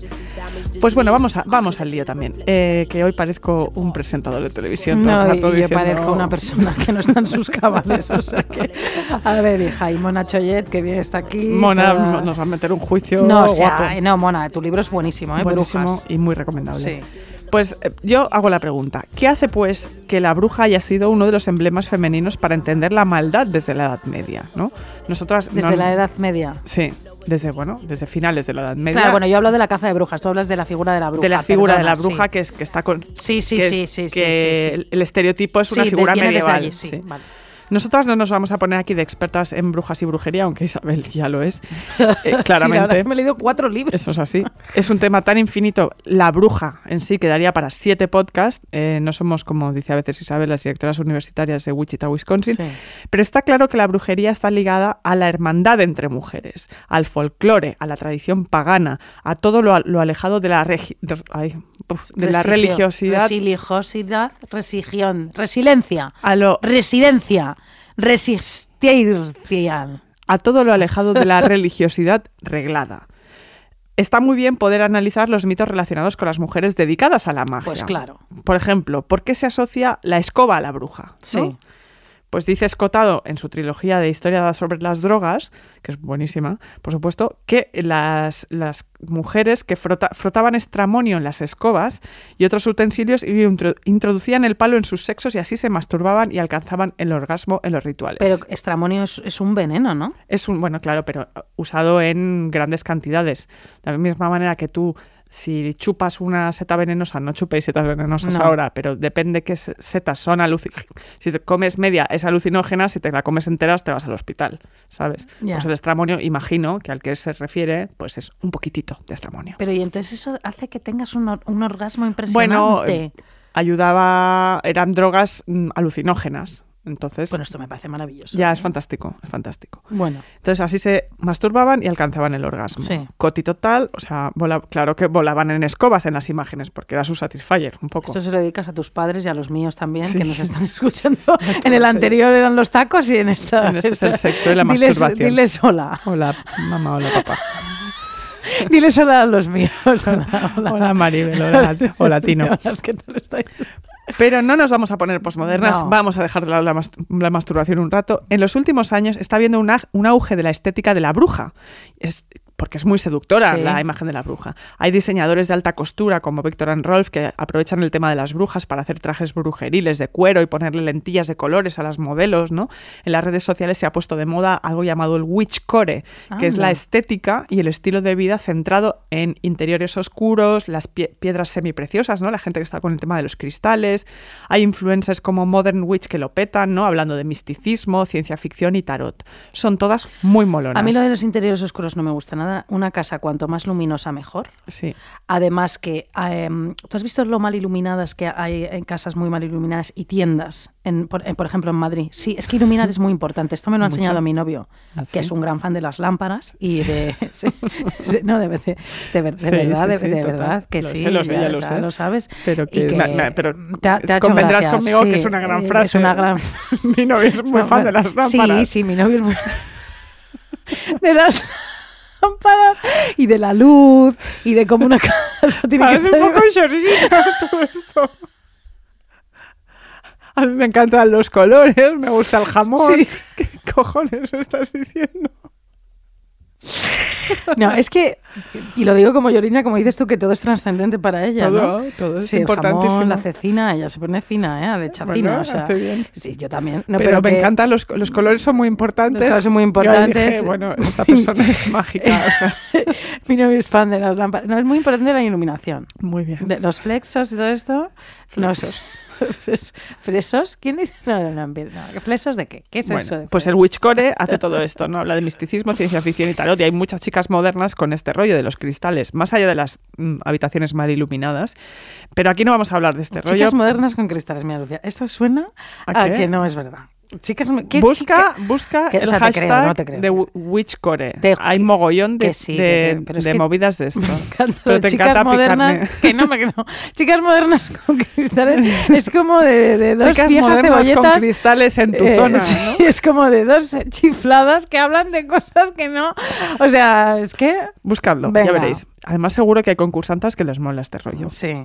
Speaker 4: Pues bueno, vamos, a, vamos al lío también. Eh, que hoy parezco un presentador de televisión. todo el
Speaker 3: No, y
Speaker 4: rato
Speaker 3: yo
Speaker 4: diciendo-
Speaker 3: parezco una persona que no está en sus cabales. O sea que. A ver, hija, y Mona Choyet, que bien está aquí.
Speaker 4: Mona
Speaker 3: toda-
Speaker 4: nos va a meter un juicio.
Speaker 3: No, o sea, eh,
Speaker 4: guapo.
Speaker 3: no, Mona, tu libro es buenísimo, ¿eh?
Speaker 4: Buenísimo
Speaker 3: Brujas.
Speaker 4: y muy recomendable.
Speaker 3: Sí.
Speaker 4: Pues eh, yo hago la pregunta, ¿qué hace pues que la bruja haya sido uno de los emblemas femeninos para entender la maldad desde la Edad Media, ¿no? Nosotras
Speaker 3: Desde
Speaker 4: no-
Speaker 3: la Edad Media.
Speaker 4: Sí, desde bueno, desde finales de la Edad Media.
Speaker 3: Claro, bueno, yo hablo de la caza de brujas, tú hablas de la figura de la bruja.
Speaker 4: de la figura
Speaker 3: perdona,
Speaker 4: de la bruja
Speaker 3: sí.
Speaker 4: que es que está con
Speaker 3: Sí, sí,
Speaker 4: que-
Speaker 3: sí, sí, sí,
Speaker 4: que
Speaker 3: sí, sí.
Speaker 4: el- el estereotipo es una
Speaker 3: Sí, de-
Speaker 4: figura
Speaker 3: viene desde
Speaker 4: medieval.
Speaker 3: allí, sí,
Speaker 4: sí. Eh,
Speaker 3: vale.
Speaker 4: Nosotras no nos vamos a poner aquí de expertas en brujas y brujería, aunque Isabel ya
Speaker 3: <laughs>
Speaker 4: lo es. eh,
Speaker 3: <laughs> Sí, la verdad
Speaker 4: claramente.
Speaker 3: es que me he leído cuatro libros.
Speaker 4: Eso es así. Es un tema tan infinito. La bruja en sí quedaría para siete podcasts. Eh, no somos, como dice a veces Isabel, las directoras universitarias de Wichita, Wisconsin.
Speaker 3: Sí.
Speaker 4: Pero está claro que la brujería está ligada a la hermandad entre mujeres, al folclore, a la tradición pagana, a todo lo, a- lo alejado de la, regi- de, ay, uf, de
Speaker 3: Resigio-
Speaker 4: la religiosidad.
Speaker 3: Religiosidad, resigión, resiliencia.
Speaker 4: A, lo,
Speaker 3: Residencia. Resistencia.
Speaker 4: a todo lo alejado de la religiosidad reglada. Está muy bien poder analizar los mitos relacionados con las mujeres dedicadas a la magia.
Speaker 3: Pues claro.
Speaker 4: Por ejemplo, ¿por qué se asocia la escoba a la bruja?
Speaker 3: Sí.
Speaker 4: ¿no? Pues dice Escotado en su trilogía de historia sobre las drogas, que es buenísima, por supuesto, que las, las mujeres que frota- frotaban estramonio en las escobas y otros utensilios y intro- introducían el palo en sus sexos y así se masturbaban y alcanzaban el orgasmo en los rituales.
Speaker 3: Pero estramonio es, es un veneno, ¿no?
Speaker 4: Es un, bueno, claro, pero eh, usado en grandes cantidades. De la misma manera que tú, si chupas una seta venenosa, no chupéis setas venenosas
Speaker 3: No.
Speaker 4: ahora, pero depende qué se- setas son alucinógenas. Si te comes media es alucinógena, si te la comes enteras te vas al hospital, ¿sabes?
Speaker 3: Ya.
Speaker 4: Pues el estramonio, imagino que al que se refiere, pues es un poquitito de estramonio.
Speaker 3: Pero y entonces eso hace que tengas un, or- un orgasmo impresionante.
Speaker 4: Bueno, eh,
Speaker 3: Bueno,
Speaker 4: ayudaba, eran drogas mm, alucinógenas, entonces...
Speaker 3: esto me parece maravilloso.
Speaker 4: ya es fantástico, es fantástico.
Speaker 3: Bueno,
Speaker 4: Entonces así se masturbaban y alcanzaban el orgasmo.
Speaker 3: Sí.
Speaker 4: Coti total, o sea, vola- claro que volaban en escobas en las imágenes porque era su satisfier un poco.
Speaker 3: esto se lo dedicas a tus padres y a los míos también,
Speaker 4: Sí.
Speaker 3: que nos están <laughs> escuchando.
Speaker 4: <laughs>
Speaker 3: en el anterior eran los tacos y en esta...
Speaker 4: En este es el sexo y la
Speaker 3: Diles-
Speaker 4: masturbación.
Speaker 3: Diles hola.
Speaker 4: Hola mamá, hola papá.
Speaker 3: Diles hola a los
Speaker 4: <laughs>
Speaker 3: míos. Hola,
Speaker 4: Hola,
Speaker 3: <laughs>
Speaker 4: Maribel, hola- hola, Tino.
Speaker 3: Hola, ¿qué tal estáis?
Speaker 4: Pero no nos vamos a poner posmodernas,
Speaker 3: No.
Speaker 4: vamos a dejar de lado la, mas- la masturbación un rato. En los últimos años está habiendo un, aj- un auge de la estética de la bruja. Es, porque es muy seductora
Speaker 3: Sí.
Speaker 4: la imagen de la bruja. Hay diseñadores de alta costura como Victor and Rolf que aprovechan el tema de las brujas para hacer trajes brujeriles de cuero y ponerle lentillas de colores a las modelos, ¿no? En las redes sociales se ha puesto de moda algo llamado el witchcore, que es
Speaker 3: Anda.
Speaker 4: la estética y el estilo de vida centrado en interiores oscuros, las pie- piedras semipreciosas, ¿no? La gente que está con el tema de los cristales. Hay influencers como Modern Witch que lo petan, ¿no? Hablando de misticismo, ciencia ficción y tarot. Son todas muy molonas.
Speaker 3: A mí lo de los interiores oscuros no me gusta nada. Una casa cuanto más luminosa mejor.
Speaker 4: Sí.
Speaker 3: Además que em, tú has visto lo mal iluminadas que hay en casas muy mal iluminadas y tiendas, en, por, en- por ejemplo en Madrid. Sí, es que iluminar es muy importante. Esto me lo ha enseñado mi novio,
Speaker 4: ¿Ah, sí?
Speaker 3: que es un gran fan de las lámparas y de <laughs> sí, sí, no de, de- de ver- de
Speaker 4: Sí,
Speaker 3: verdad,
Speaker 4: sí,
Speaker 3: de,
Speaker 4: sí,
Speaker 3: de
Speaker 4: total.
Speaker 3: verdad que
Speaker 4: Lo
Speaker 3: sí.
Speaker 4: sé, lo sé, ya lo
Speaker 3: sa-
Speaker 4: sé.
Speaker 3: sabes.
Speaker 4: Pero
Speaker 3: y
Speaker 4: que- na- na- pero
Speaker 3: hecho
Speaker 4: convendrás
Speaker 3: gracia,
Speaker 4: conmigo que es una gran
Speaker 3: eh, Es
Speaker 4: frase.
Speaker 3: una gran
Speaker 4: <laughs> Mi novio es muy
Speaker 3: no,
Speaker 4: fan de
Speaker 3: bueno,
Speaker 4: las lámparas.
Speaker 3: Sí, sí, mi novio es muy... <laughs> de las lámparas y de la luz y de cómo una <laughs> casa tiene que
Speaker 4: Parece
Speaker 3: estar...
Speaker 4: un poco chorrito <laughs> todo esto. A mí me encantan los colores, me gusta el jamón.
Speaker 3: Sí.
Speaker 4: <laughs> ¿Qué cojones estás diciendo?
Speaker 3: No, es que, y lo digo como Llorina, como dices tú, que todo es trascendente para ella,
Speaker 4: Todo,
Speaker 3: ¿no?
Speaker 4: todo es
Speaker 3: sí, el
Speaker 4: importantísimo.
Speaker 3: jamón, la cecina, ella se pone fina, ¿eh? De chacina,
Speaker 4: Bueno,
Speaker 3: o sea...
Speaker 4: hace bien.
Speaker 3: Sí, yo también. No,
Speaker 4: pero, me
Speaker 3: que-
Speaker 4: encantan los, los colores son muy importantes.
Speaker 3: Los colores son muy
Speaker 4: Yo ahí
Speaker 3: importantes.
Speaker 4: dije,
Speaker 3: <laughs>
Speaker 4: bueno, esta persona es mágica, o sea,
Speaker 3: mi novio es fan de las lámparas. No, es muy importante la iluminación.
Speaker 4: muy bien.
Speaker 3: De- los flexos y todo esto. Los <laughs> fres- fresos. ¿Quién dice? No, no, no, empie- no. ¿Flesos de qué? ¿Qué es eso?
Speaker 4: Bueno,
Speaker 3: de
Speaker 4: pues el
Speaker 3: flesos?
Speaker 4: witchcore hace todo esto, ¿no? Habla de misticismo, ciencia ficción y tarot. Y hay muchas chicas modernas con este rollo de los cristales, más allá de las mm, habitaciones mal iluminadas. Pero aquí no vamos a hablar de este rollo.
Speaker 3: Chicas modernas con cristales, mira, Lucía. Esto suena
Speaker 4: ¿A
Speaker 3: a,
Speaker 4: qué?
Speaker 3: que no es verdad. Chicas, mo- ¿qué
Speaker 4: Busca, <laughs>
Speaker 3: chica-
Speaker 4: busca
Speaker 3: que- o
Speaker 4: el
Speaker 3: sea, te creo,
Speaker 4: hashtag
Speaker 3: no te creo.
Speaker 4: de wi- witchcore.
Speaker 3: Te-
Speaker 4: Hay mogollón de,
Speaker 3: que sí,
Speaker 4: de-
Speaker 3: que te- pero es
Speaker 4: de
Speaker 3: que <laughs>
Speaker 4: movidas de esto.
Speaker 3: Me encanta lo
Speaker 4: Pero
Speaker 3: de
Speaker 4: te
Speaker 3: chicas
Speaker 4: encanta picarme.
Speaker 3: modernas. Que no, me- que no. Chicas modernas con <laughs> cristales es como de, de dos
Speaker 4: Chicas
Speaker 3: viejas
Speaker 4: modernas con
Speaker 3: cebolletas.
Speaker 4: cristales en tu
Speaker 3: Eh, <laughs>
Speaker 4: zona.
Speaker 3: sí,
Speaker 4: ¿no?
Speaker 3: es como de dos chifladas que hablan de cosas que no. O sea, es que.
Speaker 4: Buscadlo,
Speaker 3: Venga.
Speaker 4: ya veréis. Además, seguro que hay concursantas que les mola este rollo.
Speaker 3: Sí.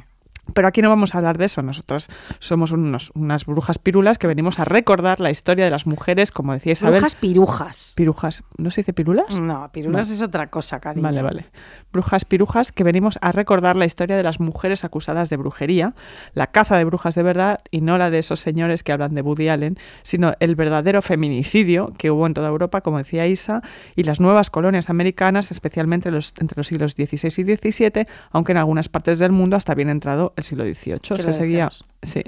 Speaker 4: Pero aquí no vamos a hablar de eso. Nosotras somos unos- unas brujas pirulas que venimos a recordar la historia de las mujeres, como decía Isabel.
Speaker 3: Brujas Mm, pirujas.
Speaker 4: Pirujas. ¿No se dice pirulas?
Speaker 3: No, pirulas es otra cosa, cariño.
Speaker 4: Vale, vale. Brujas pirujas que venimos a recordar la historia de las mujeres acusadas de brujería, la caza de brujas de verdad y no la de esos señores que hablan de Woody Allen, sino el verdadero feminicidio que hubo en toda Europa, como decía Isa, y las nuevas colonias americanas, especialmente los- entre los siglos XVI y XVII, aunque en algunas partes del mundo hasta bien entrado el siglo XVIII
Speaker 3: Que
Speaker 4: se
Speaker 3: lo
Speaker 4: seguía
Speaker 3: decíamos.
Speaker 4: sí,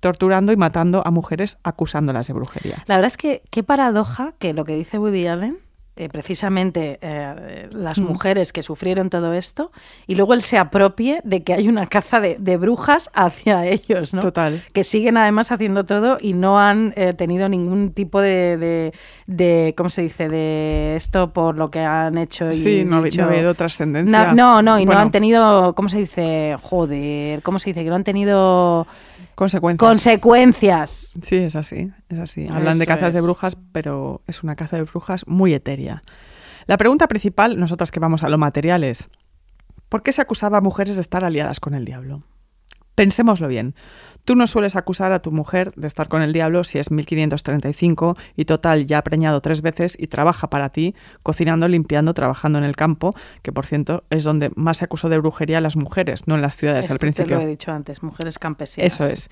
Speaker 4: torturando y matando a mujeres acusándolas de brujería.
Speaker 3: La verdad es que qué paradoja que lo que dice Woody Allen, eh, precisamente eh,
Speaker 4: Mm.
Speaker 3: las mujeres que sufrieron todo esto, y luego él se apropie de que hay una caza de, de brujas hacia ellos, ¿no?
Speaker 4: Total.
Speaker 3: Que siguen además haciendo todo y no han eh, tenido ningún tipo de, de, de- ¿cómo se dice? De esto por lo que han hecho. Y
Speaker 4: Sí, no ha habi-
Speaker 3: dicho-
Speaker 4: no ha habido trascendencia.
Speaker 3: Na- No, no, y no
Speaker 4: Bueno.
Speaker 3: han tenido, ¿cómo se dice? Joder, ¿cómo se dice? Que no han tenido
Speaker 4: Consecuencias.
Speaker 3: consecuencias.
Speaker 4: Sí, es así, es así. Hablan de
Speaker 3: Eso
Speaker 4: cazas de
Speaker 3: es.
Speaker 4: brujas, pero es una caza de brujas muy etérea. La pregunta principal, nosotras que vamos a lo material, es ¿Por qué se acusaba a mujeres de estar aliadas con el diablo? Pensémoslo bien. Tú no sueles acusar a tu mujer de estar con el diablo si es 1535 y total ya ha preñado tres veces y trabaja para ti, cocinando, limpiando, trabajando en el campo, que por cierto es donde más se acusó de brujería a las mujeres, no en las ciudades
Speaker 3: Esto
Speaker 4: al principio.
Speaker 3: Te lo he dicho antes, mujeres campesinas.
Speaker 4: Eso es.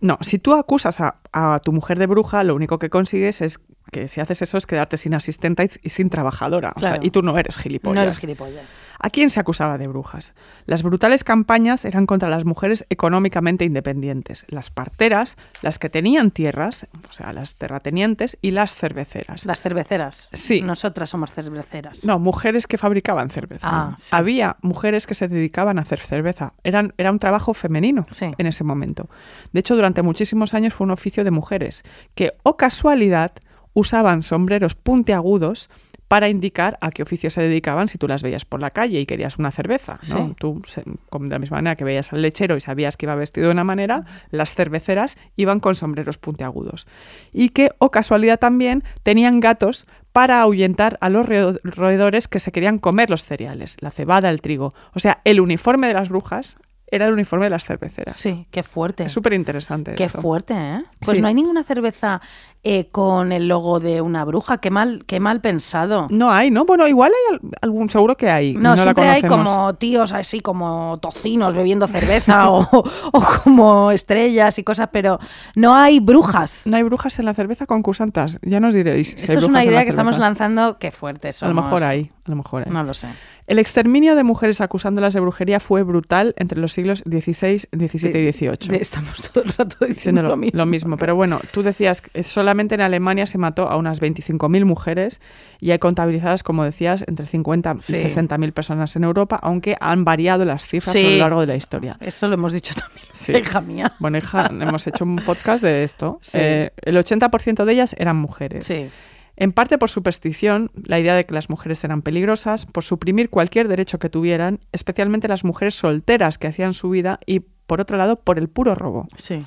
Speaker 4: No, si tú acusas a, a tu mujer de bruja, lo único que consigues es que si haces eso es quedarte sin asistenta y, y sin trabajadora. O sea,
Speaker 3: Claro.
Speaker 4: y tú no eres gilipollas.
Speaker 3: No eres gilipollas.
Speaker 4: ¿A quién se acusaba de brujas? Las brutales campañas eran contra las mujeres económicamente independientes, las parteras, las que tenían tierras, o sea, las terratenientes y las cerveceras.
Speaker 3: Las cerveceras.
Speaker 4: Sí.
Speaker 3: Nosotras somos cerveceras.
Speaker 4: No, mujeres que fabricaban cerveza.
Speaker 3: Ah, sí.
Speaker 4: Había mujeres que se dedicaban a hacer cerveza. Eran, era un trabajo femenino
Speaker 3: Sí.
Speaker 4: en ese momento. De hecho, durante muchísimos años fue un oficio de mujeres que, o casualidad, usaban sombreros puntiagudos para indicar a qué oficio se dedicaban si tú las veías por la calle y querías una cerveza. ¿no?
Speaker 3: Sí.
Speaker 4: Tú, se- como de la misma manera que veías al lechero y sabías que iba vestido de una manera, las cerveceras iban con sombreros puntiagudos. Y que, o casualidad también, tenían gatos para ahuyentar a los reo- roedores que se querían comer los cereales, la cebada, el trigo. O sea, el uniforme de las brujas era el uniforme de las cerveceras.
Speaker 3: Sí, qué fuerte.
Speaker 4: Es súper interesante
Speaker 3: Qué
Speaker 4: esto.
Speaker 3: fuerte, ¿eh? Pues
Speaker 4: Sí.
Speaker 3: no hay ninguna cerveza eh, con el logo de una bruja. Qué mal, qué mal pensado.
Speaker 4: No hay, ¿no? Bueno, igual hay al- algún, seguro que hay.
Speaker 3: No,
Speaker 4: la
Speaker 3: siempre hay
Speaker 4: conocemos.
Speaker 3: como tíos así, como tocinos bebiendo cerveza <laughs> o, o como estrellas y cosas, pero no hay brujas.
Speaker 4: No hay brujas en la cerveza concursantas. Ya nos diréis. si hay
Speaker 3: Esto es una
Speaker 4: brujas en
Speaker 3: idea
Speaker 4: la
Speaker 3: que estamos
Speaker 4: cerveza.
Speaker 3: lanzando. Qué fuerte
Speaker 4: A lo
Speaker 3: somos.
Speaker 4: mejor hay, a lo mejor hay.
Speaker 3: No lo sé.
Speaker 4: El exterminio de mujeres acusándolas de brujería fue brutal entre los siglos XVI, XVII y XVIII.
Speaker 3: De- estamos todo el rato diciendo
Speaker 4: Diciendo
Speaker 3: lo mismo.
Speaker 4: Pero bueno, tú decías que solamente en Alemania se mató a unas 25.000 mujeres y hay contabilizadas, como decías, entre 50
Speaker 3: Sí.
Speaker 4: y 60.000 personas en Europa, aunque han variado las cifras a
Speaker 3: Sí.
Speaker 4: lo largo de la historia.
Speaker 3: Eso lo hemos dicho <laughs> también,
Speaker 4: Sí.
Speaker 3: hija mía.
Speaker 4: Bueno, hija, hemos hecho un podcast de esto.
Speaker 3: Sí.
Speaker 4: Eh, el 80% de ellas eran mujeres.
Speaker 3: Sí.
Speaker 4: En parte por superstición, la idea de que las mujeres eran peligrosas, por suprimir cualquier derecho que tuvieran, especialmente las mujeres solteras que hacían su vida y, por otro lado, por el puro robo.
Speaker 3: Sí.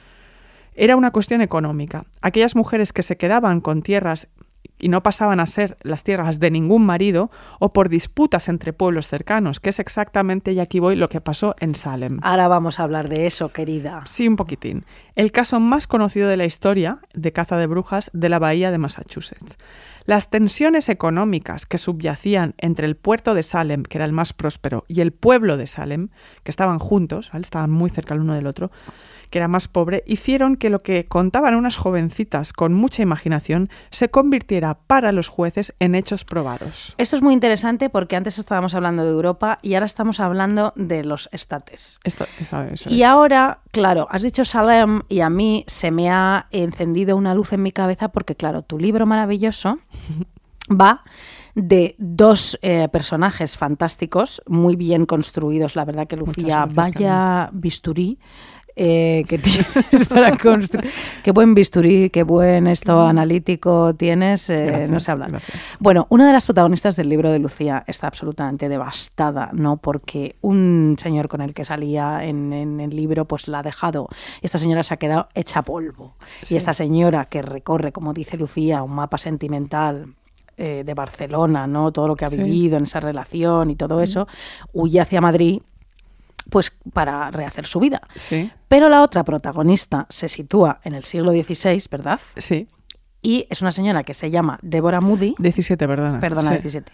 Speaker 4: Era una cuestión económica. Aquellas mujeres que se quedaban con tierras y no pasaban a ser las tierras de ningún marido o por disputas entre pueblos cercanos, que es exactamente, y aquí voy, lo que pasó en Salem.
Speaker 3: Ahora vamos a hablar de eso, querida.
Speaker 4: Sí, un poquitín. El caso más conocido de la historia de caza de brujas de la bahía de Massachusetts. Las tensiones económicas que subyacían entre el puerto de Salem, que era el más próspero, y el pueblo de Salem, que estaban juntos, ¿vale? estaban muy cerca el uno del otro, que era más pobre, hicieron que lo que contaban unas jovencitas con mucha imaginación se convirtiera para los jueces en hechos probados.
Speaker 3: Eso es muy interesante porque antes estábamos hablando de Europa y ahora estamos hablando de los estates.
Speaker 4: Esto, eso- eso
Speaker 3: Y
Speaker 4: es.
Speaker 3: ahora, claro, has dicho Salem y a mí se me ha encendido una luz en mi cabeza porque, claro, tu libro
Speaker 4: <laughs>
Speaker 3: maravilloso va de dos eh, personajes fantásticos, muy bien construidos. La verdad que Lucía,
Speaker 4: gracias,
Speaker 3: vaya bisturí. eh, que <laughs> tienes para construir. Qué buen bisturí, qué buen esto analítico tienes. eh,
Speaker 4: Mm. Gracias,
Speaker 3: no sé hablar.
Speaker 4: gracias.
Speaker 3: Bueno, una de las protagonistas del libro de Lucía está absolutamente devastada, ¿no? Porque un señor con el que salía en, en el libro, pues la ha dejado. Esta señora se ha quedado hecha polvo. Y esta señora que recorre, como dice Lucía, un mapa sentimental eh, de Barcelona, ¿no? Todo lo que ha
Speaker 4: Sí.
Speaker 3: vivido en esa relación y todo eso, huye hacia Madrid, pues para rehacer su vida.
Speaker 4: Sí,
Speaker 3: Pero la otra protagonista se sitúa en el siglo XVI, ¿verdad?
Speaker 4: sí.
Speaker 3: Y es una señora que se llama Deborah Moody
Speaker 4: 17, perdona.
Speaker 3: perdona,
Speaker 4: Sí,
Speaker 3: 17,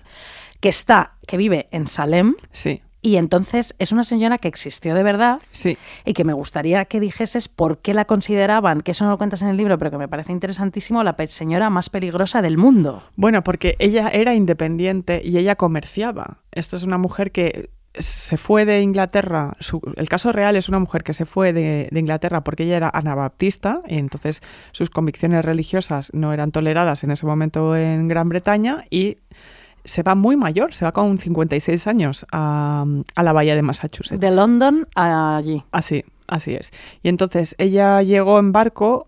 Speaker 3: que está, que vive en Salem
Speaker 4: Sí,
Speaker 3: y entonces es una señora que existió de verdad
Speaker 4: sí.
Speaker 3: y que me gustaría que dijeses por qué la consideraban, que eso no lo cuentas en el libro, pero que me parece interesantísimo, la pe- señora más peligrosa del mundo.
Speaker 4: Bueno, porque ella era independiente y ella comerciaba. Esto es una mujer que se fue de Inglaterra. Su- el caso real es una mujer que se fue de, de Inglaterra porque ella era anabaptista, y entonces sus convicciones religiosas no eran toleradas en ese momento en Gran Bretaña y se va muy mayor, se va con 56 años a, a la bahía de Massachusetts.
Speaker 3: De London a allí.
Speaker 4: Así, así es. Y entonces ella llegó en barco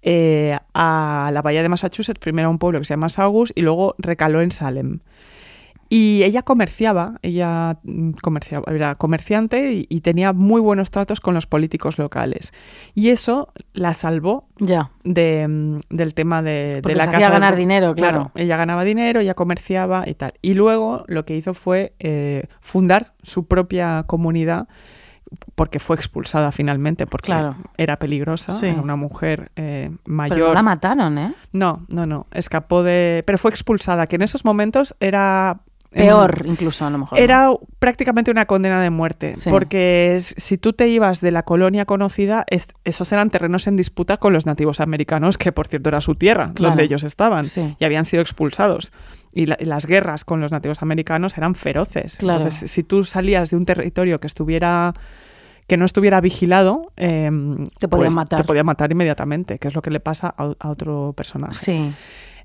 Speaker 4: eh, a la bahía de Massachusetts, primero a un pueblo que se llama Saugus y luego recaló en Salem. Y ella comerciaba, ella mm, comerciaba, era comerciante y, y tenía muy buenos tratos con los políticos locales. Y eso la salvó
Speaker 3: Ya.
Speaker 4: de, mm, del tema de, de
Speaker 3: Porque
Speaker 4: la
Speaker 3: se
Speaker 4: caza
Speaker 3: hacía
Speaker 4: del-
Speaker 3: ganar dinero, claro.
Speaker 4: Ella ganaba dinero, ella comerciaba y tal. Y luego lo que hizo fue eh, fundar su propia comunidad porque fue expulsada finalmente, porque
Speaker 3: Claro.
Speaker 4: era peligrosa,
Speaker 3: Sí.
Speaker 4: era una mujer eh, mayor.
Speaker 3: Pero no la mataron, ¿eh?
Speaker 4: No, no, no. Escapó de. Pero fue expulsada, que en esos momentos era. em,
Speaker 3: Peor, incluso, a lo mejor. ¿no?
Speaker 4: Era prácticamente una condena de muerte,
Speaker 3: Sí.
Speaker 4: porque s- si tú te ibas de la colonia conocida, es- esos eran terrenos en disputa con los nativos americanos, que por cierto era su tierra,
Speaker 3: Claro.
Speaker 4: donde ellos estaban,
Speaker 3: Sí.
Speaker 4: y habían sido expulsados. Y la- y las guerras con los nativos americanos eran feroces.
Speaker 3: Claro.
Speaker 4: Entonces, si tú salías de un territorio que estuviera que no estuviera vigilado, em,
Speaker 3: Te podían matar.
Speaker 4: Te podían matar inmediatamente, que es lo que le pasa a, a otro personaje.
Speaker 3: Sí.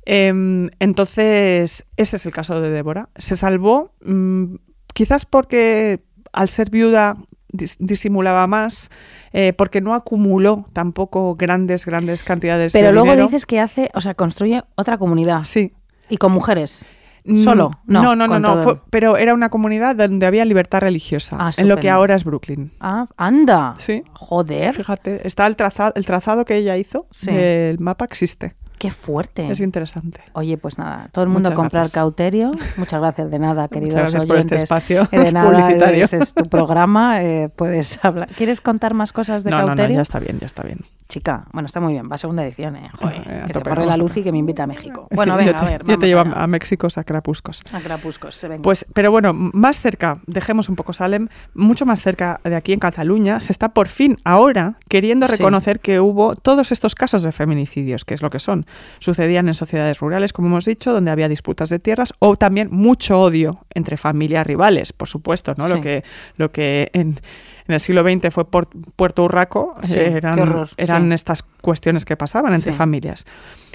Speaker 4: Em, entonces, ese es el caso de Débora. Se salvó mm, quizás porque al ser viuda dis- disimulaba más, eh, porque no acumuló tampoco grandes, grandes cantidades
Speaker 3: Pero
Speaker 4: de
Speaker 3: luego
Speaker 4: este dinero.
Speaker 3: dices que hace, o sea, construye otra comunidad.
Speaker 4: Sí.
Speaker 3: Y con mujeres.
Speaker 4: Mm,
Speaker 3: Solo. No,
Speaker 4: no, no, no.
Speaker 3: con
Speaker 4: no,
Speaker 3: todo.
Speaker 4: fue- pero era una comunidad donde había libertad religiosa,
Speaker 3: Ah,
Speaker 4: en lo que
Speaker 3: estupendo.
Speaker 4: ahora es Brooklyn.
Speaker 3: Ah, anda.
Speaker 4: Sí.
Speaker 3: Joder.
Speaker 4: Fíjate, está el trazado, el trazado que ella hizo,
Speaker 3: Sí.
Speaker 4: el mapa existe.
Speaker 3: Qué fuerte.
Speaker 4: Es interesante.
Speaker 3: Oye, pues nada, todo el mundo
Speaker 4: Muchas
Speaker 3: a comprar
Speaker 4: gracias.
Speaker 3: cauterio. Muchas gracias de
Speaker 4: <laughs>
Speaker 3: nada, queridos
Speaker 4: gracias por este
Speaker 3: oyentes.
Speaker 4: espacio
Speaker 3: Eh, De
Speaker 4: <laughs>
Speaker 3: nada,
Speaker 4: publicitario.
Speaker 3: ese
Speaker 4: <laughs>
Speaker 3: es tu programa, eh, puedes hablar. ¿Quieres contar más cosas de
Speaker 4: no, no,
Speaker 3: cauterio?
Speaker 4: no, ya está bien, ya está bien.
Speaker 3: Chica, bueno, está muy bien, va a segunda edición, eh. Joder,
Speaker 4: Eh, a
Speaker 3: que se
Speaker 4: tope,
Speaker 3: corre la
Speaker 4: vamos a
Speaker 3: luz y
Speaker 4: tope.
Speaker 3: que me invita a México. Bueno,
Speaker 4: Sí,
Speaker 3: venga,
Speaker 4: yo te,
Speaker 3: a ver,
Speaker 4: yo te
Speaker 3: vamos
Speaker 4: llevo
Speaker 3: allá.
Speaker 4: a, a México sacrapuscos.
Speaker 3: A Crapuscos, se venga.
Speaker 4: Pues, pero bueno, m- más cerca, dejemos un poco Salem, mucho más cerca de aquí en Cataluña, se está por fin ahora queriendo
Speaker 3: Sí.
Speaker 4: reconocer que hubo todos estos casos de feminicidios, que es lo que son. Sucedían en sociedades rurales, como hemos dicho, donde había disputas de tierras o también mucho odio entre familias rivales, por supuesto, ¿no?
Speaker 3: Sí.
Speaker 4: Lo que, lo que en, en el siglo XX fue por- Puerto Urraco,
Speaker 3: Sí,
Speaker 4: eh,
Speaker 3: qué
Speaker 4: eran,
Speaker 3: horror,
Speaker 4: eran
Speaker 3: sí.
Speaker 4: estas cuestiones que pasaban entre
Speaker 3: Sí.
Speaker 4: familias.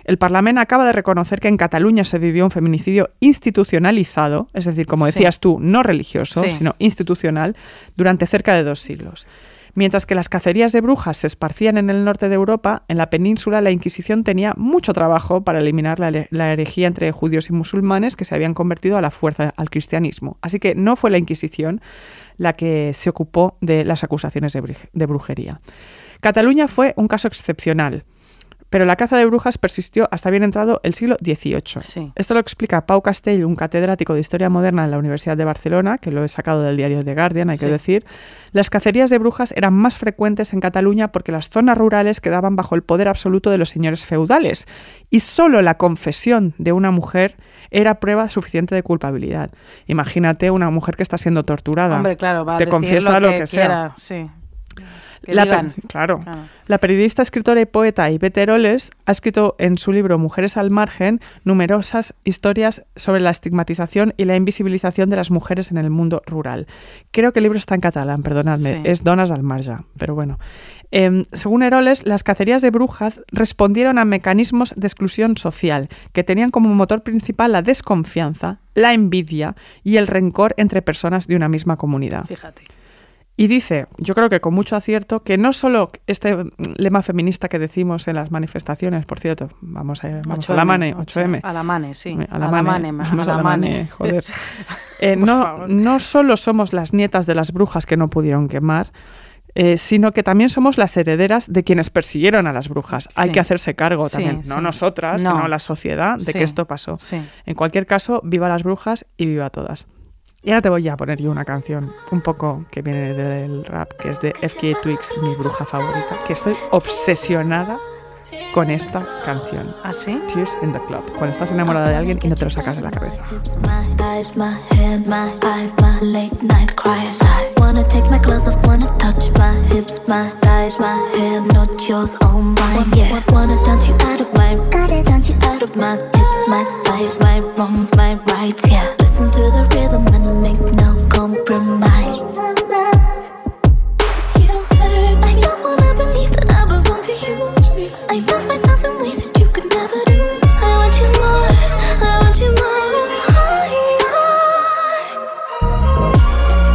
Speaker 4: El Parlamento acaba de reconocer que en Cataluña se vivió un feminicidio institucionalizado, es decir, como
Speaker 3: Sí.
Speaker 4: decías tú, no religioso,
Speaker 3: Sí.
Speaker 4: sino institucional, durante cerca de dos siglos. Mientras que las cacerías de brujas se esparcían en el norte de Europa, en la península la Inquisición tenía mucho trabajo para eliminar la, here- la herejía entre judíos y musulmanes que se habían convertido a la fuerza al cristianismo. Así que no fue la Inquisición la que se ocupó de las acusaciones de bruje- de brujería. Cataluña fue un caso excepcional, pero la caza de brujas persistió hasta bien entrado el siglo XVIII.
Speaker 3: Sí.
Speaker 4: Esto lo explica Pau Castell, un catedrático de Historia Moderna en la Universidad de Barcelona, que lo he sacado del diario The Guardian, hay
Speaker 3: Sí.
Speaker 4: que decir. Las cacerías de brujas eran más frecuentes en Cataluña porque las zonas rurales quedaban bajo el poder absoluto de los señores feudales y solo la confesión de una mujer era prueba suficiente de culpabilidad. Imagínate una mujer que está siendo torturada.
Speaker 3: Hombre, claro, va a
Speaker 4: Te
Speaker 3: decir
Speaker 4: confiesa
Speaker 3: lo
Speaker 4: lo
Speaker 3: que,
Speaker 4: que sea.
Speaker 3: quiera, sí. Que
Speaker 4: La
Speaker 3: digan.
Speaker 4: per- claro.
Speaker 3: Claro.
Speaker 4: La periodista, escritora y poeta Ivette Eroles ha escrito en su libro Mujeres al margen numerosas historias sobre la estigmatización y la invisibilización de las mujeres en el mundo rural. Creo que el libro está en catalán, perdonadme,
Speaker 3: Sí.
Speaker 4: es Donas al margen, pero bueno. Em, según Eroles, las cacerías de brujas respondieron a mecanismos de exclusión social que tenían como motor principal la desconfianza, la envidia y el rencor entre personas de una misma comunidad.
Speaker 3: Fíjate.
Speaker 4: Y dice, yo creo que con mucho acierto, que no solo este mm, lema feminista que decimos en las manifestaciones, por cierto, vamos a, vamos a la
Speaker 3: 8M,
Speaker 4: mane, 8M.
Speaker 3: A la mane, sí.
Speaker 4: A la mane,
Speaker 3: ma-
Speaker 4: vamos a la mane,
Speaker 3: <laughs>
Speaker 4: joder. Eh,
Speaker 3: Por
Speaker 4: no,
Speaker 3: favor.
Speaker 4: no solo somos las nietas de las brujas que no pudieron quemar, eh, sino que también somos las herederas de quienes persiguieron a las brujas. Hay
Speaker 3: Sí.
Speaker 4: que hacerse cargo
Speaker 3: Sí,
Speaker 4: también, no
Speaker 3: sí.
Speaker 4: nosotras,
Speaker 3: No.
Speaker 4: sino la sociedad, de
Speaker 3: Sí,
Speaker 4: que esto pasó.
Speaker 3: Sí.
Speaker 4: En cualquier caso, viva las brujas y viva todas. Y ahora te voy a poner yo una canción, un poco que viene del rap, que es de FK Twix, mi bruja favorita, que estoy obsesionada con esta canción.
Speaker 3: ¿Ah, sí?
Speaker 4: Tears in the Club. Cuando estás enamorada de alguien y no te lo sacas de la cabeza.
Speaker 7: lips, my thighs, my hair, my eyes, my late night cries. I wanna take my clothes off, wanna touch my hips, my thighs, my hair, not yours, all mine. Yeah, wanna dance you out of my, gotta dance you out of my hips, my thighs, my wrongs, my rights. Yeah, listen to the rhythm and make no compromise. Cause you hurt me. I don't wanna believe that I belong to you. I love myself in ways that you could never do. I want you more. I want you more. Oh, yeah.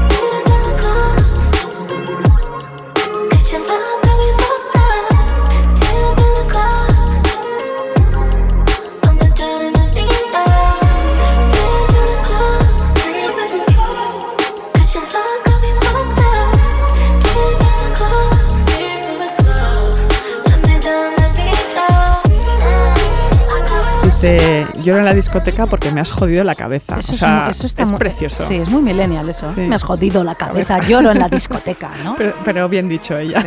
Speaker 7: Tears in the club. 'Cause your love's got me fucked up. Tears in the club. I'm drowning in the deep end. Tears in the club.
Speaker 4: de lloro en la discoteca porque me has jodido la cabeza.
Speaker 3: Eso
Speaker 4: o
Speaker 3: es
Speaker 4: sea,
Speaker 3: mu- eso está
Speaker 4: es
Speaker 3: mu-
Speaker 4: precioso.
Speaker 3: Sí, es muy millennial eso. ¿eh?
Speaker 4: Sí.
Speaker 3: Me has jodido la cabeza,
Speaker 4: Cabeza.
Speaker 3: lloro en
Speaker 4: <laughs>
Speaker 3: la discoteca, ¿no?
Speaker 4: Pero, pero bien dicho ella.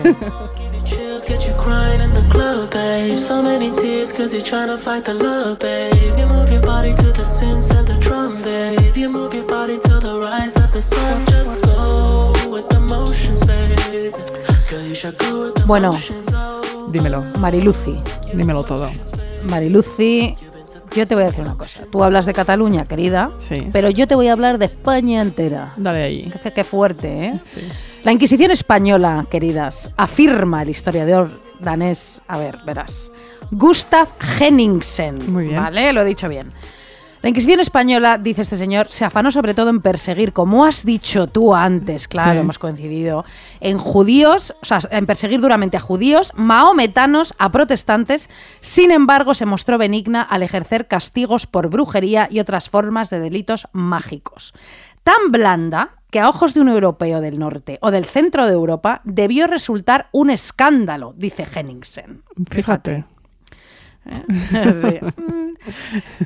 Speaker 8: Chills get you crying in the club, babe. So many tears, cause you're trying to fight the love, babe. You move your body to the synths and the drum, babe. You move your body to the rise of the sun. Just go with the motions, babe. Girl, you should go with the
Speaker 3: Bueno,
Speaker 8: motions, oh.
Speaker 4: <laughs> Dímelo,
Speaker 3: Mariluci,
Speaker 4: dímelo todo.
Speaker 3: Mariluci, yo te voy a decir una cosa. Tú hablas de Cataluña, querida,
Speaker 4: Sí.
Speaker 3: pero yo te voy a hablar de España entera.
Speaker 4: Dale ahí.
Speaker 3: Qué, qué fuerte, ¿eh?
Speaker 4: Sí.
Speaker 3: La Inquisición española, queridas, afirma el historiador danés, a ver, verás, Gustav Henningsen.
Speaker 4: Muy bien.
Speaker 3: Vale, lo he dicho bien. La Inquisición española, dice este señor, se afanó sobre todo en perseguir, como has dicho tú antes, claro,
Speaker 4: Sí.
Speaker 3: hemos coincidido, en judíos, o sea, en perseguir duramente a judíos, maometanos, a protestantes. Sin embargo, se mostró benigna al ejercer castigos por brujería y otras formas de delitos mágicos. Tan blanda que a ojos de un europeo del norte o del centro de Europa debió resultar un escándalo, dice Henningsen.
Speaker 4: Fíjate.
Speaker 3: Sí.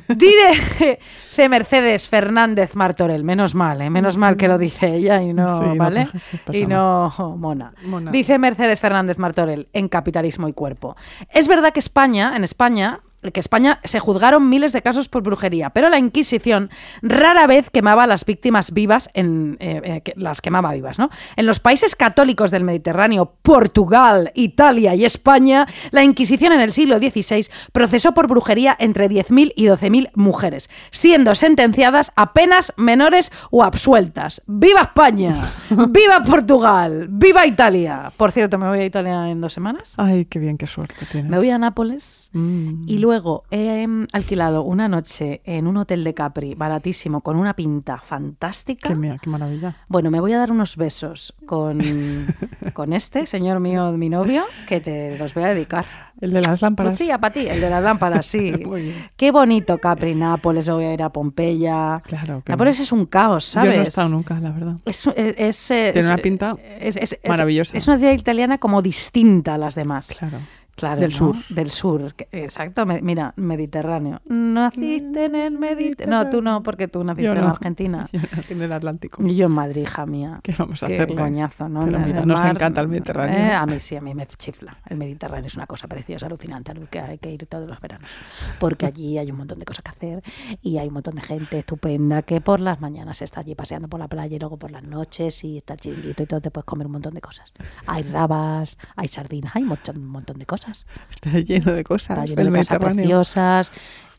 Speaker 3: Dice C. Mercedes Fernández Martorell, menos mal, ¿eh? menos mal que lo dice ella y no,
Speaker 4: Sí, no
Speaker 3: ¿vale?
Speaker 4: pasa- sí, pasa
Speaker 3: y no Mona.
Speaker 4: Mona.
Speaker 3: Dice Mercedes Fernández Martorell en Capitalismo y Cuerpo. Es verdad que España, en España, que España se juzgaron miles de casos por brujería, pero la Inquisición rara vez quemaba a las víctimas vivas en eh, eh, que- las quemaba vivas, ¿no? En los países católicos del Mediterráneo, Portugal, Italia y España, la Inquisición en el siglo XVI procesó por brujería entre 10.000 y 12.000 mujeres, siendo sentenciadas apenas menores o absueltas. ¡Viva <laughs> España! ¡Viva Portugal! ¡Viva Italia! Por cierto, me voy a Italia en dos semanas.
Speaker 4: Ay, qué bien, qué suerte tienes.
Speaker 3: Me voy a Nápoles
Speaker 4: Mm.
Speaker 3: y luego he em, alquilado una noche en un hotel de Capri, baratísimo, con una pinta fantástica.
Speaker 4: Qué, mía, qué maravilla.
Speaker 3: Bueno, me voy a dar unos besos
Speaker 4: <laughs>
Speaker 3: con, con este, señor mío, mi novio, que te los voy a dedicar.
Speaker 4: El de las lámparas.
Speaker 3: Lucía, para ti, el de las lámparas, sí.
Speaker 4: <laughs> Muy bien.
Speaker 3: Qué bonito Capri, Nápoles, luego voy a ir a Pompeya.
Speaker 4: Claro que
Speaker 3: Nápoles es un caos,
Speaker 4: Yo no
Speaker 3: Ah, ¿sabes?
Speaker 4: he estado nunca, la verdad.
Speaker 3: Es, es- es, eh,
Speaker 4: Tiene
Speaker 3: es-
Speaker 4: una pinta
Speaker 3: es- es- es-
Speaker 4: maravillosa.
Speaker 3: Es una ciudad italiana como distinta a las demás.
Speaker 4: Claro.
Speaker 3: Claro,
Speaker 4: Del
Speaker 3: ¿no?
Speaker 4: sur.
Speaker 3: Del sur, que- exacto. me- mira, Mediterráneo. Naciste en el Mediterráneo. No, tú no, porque tú naciste
Speaker 4: Yo
Speaker 3: en
Speaker 4: no.
Speaker 3: Argentina.
Speaker 4: <laughs> Yo nací en el Atlántico. <laughs>
Speaker 3: Y yo en Madrid, hija mía.
Speaker 4: ¿Qué vamos a
Speaker 3: Qué
Speaker 4: hacerle?
Speaker 3: coñazo, ¿no?
Speaker 4: Pero
Speaker 3: En el
Speaker 4: mira, nos
Speaker 3: mar,
Speaker 4: encanta el Mediterráneo.
Speaker 3: eh, a mí sí, a mí me chifla. El Mediterráneo es una cosa preciosa, alucinante, al que hay que ir todos los veranos. Porque allí hay un montón de cosas que hacer y hay un montón de gente estupenda que por las mañanas está allí paseando por la playa y luego por las noches y está el chiringuito y todo, te puedes comer un montón de cosas. Hay rabas, hay sardinas, hay mocho- un montón de cosas.
Speaker 4: Está lleno de cosas.
Speaker 3: Está lleno
Speaker 4: del
Speaker 3: de casas
Speaker 4: Ah, Mediterráneo.
Speaker 3: preciosas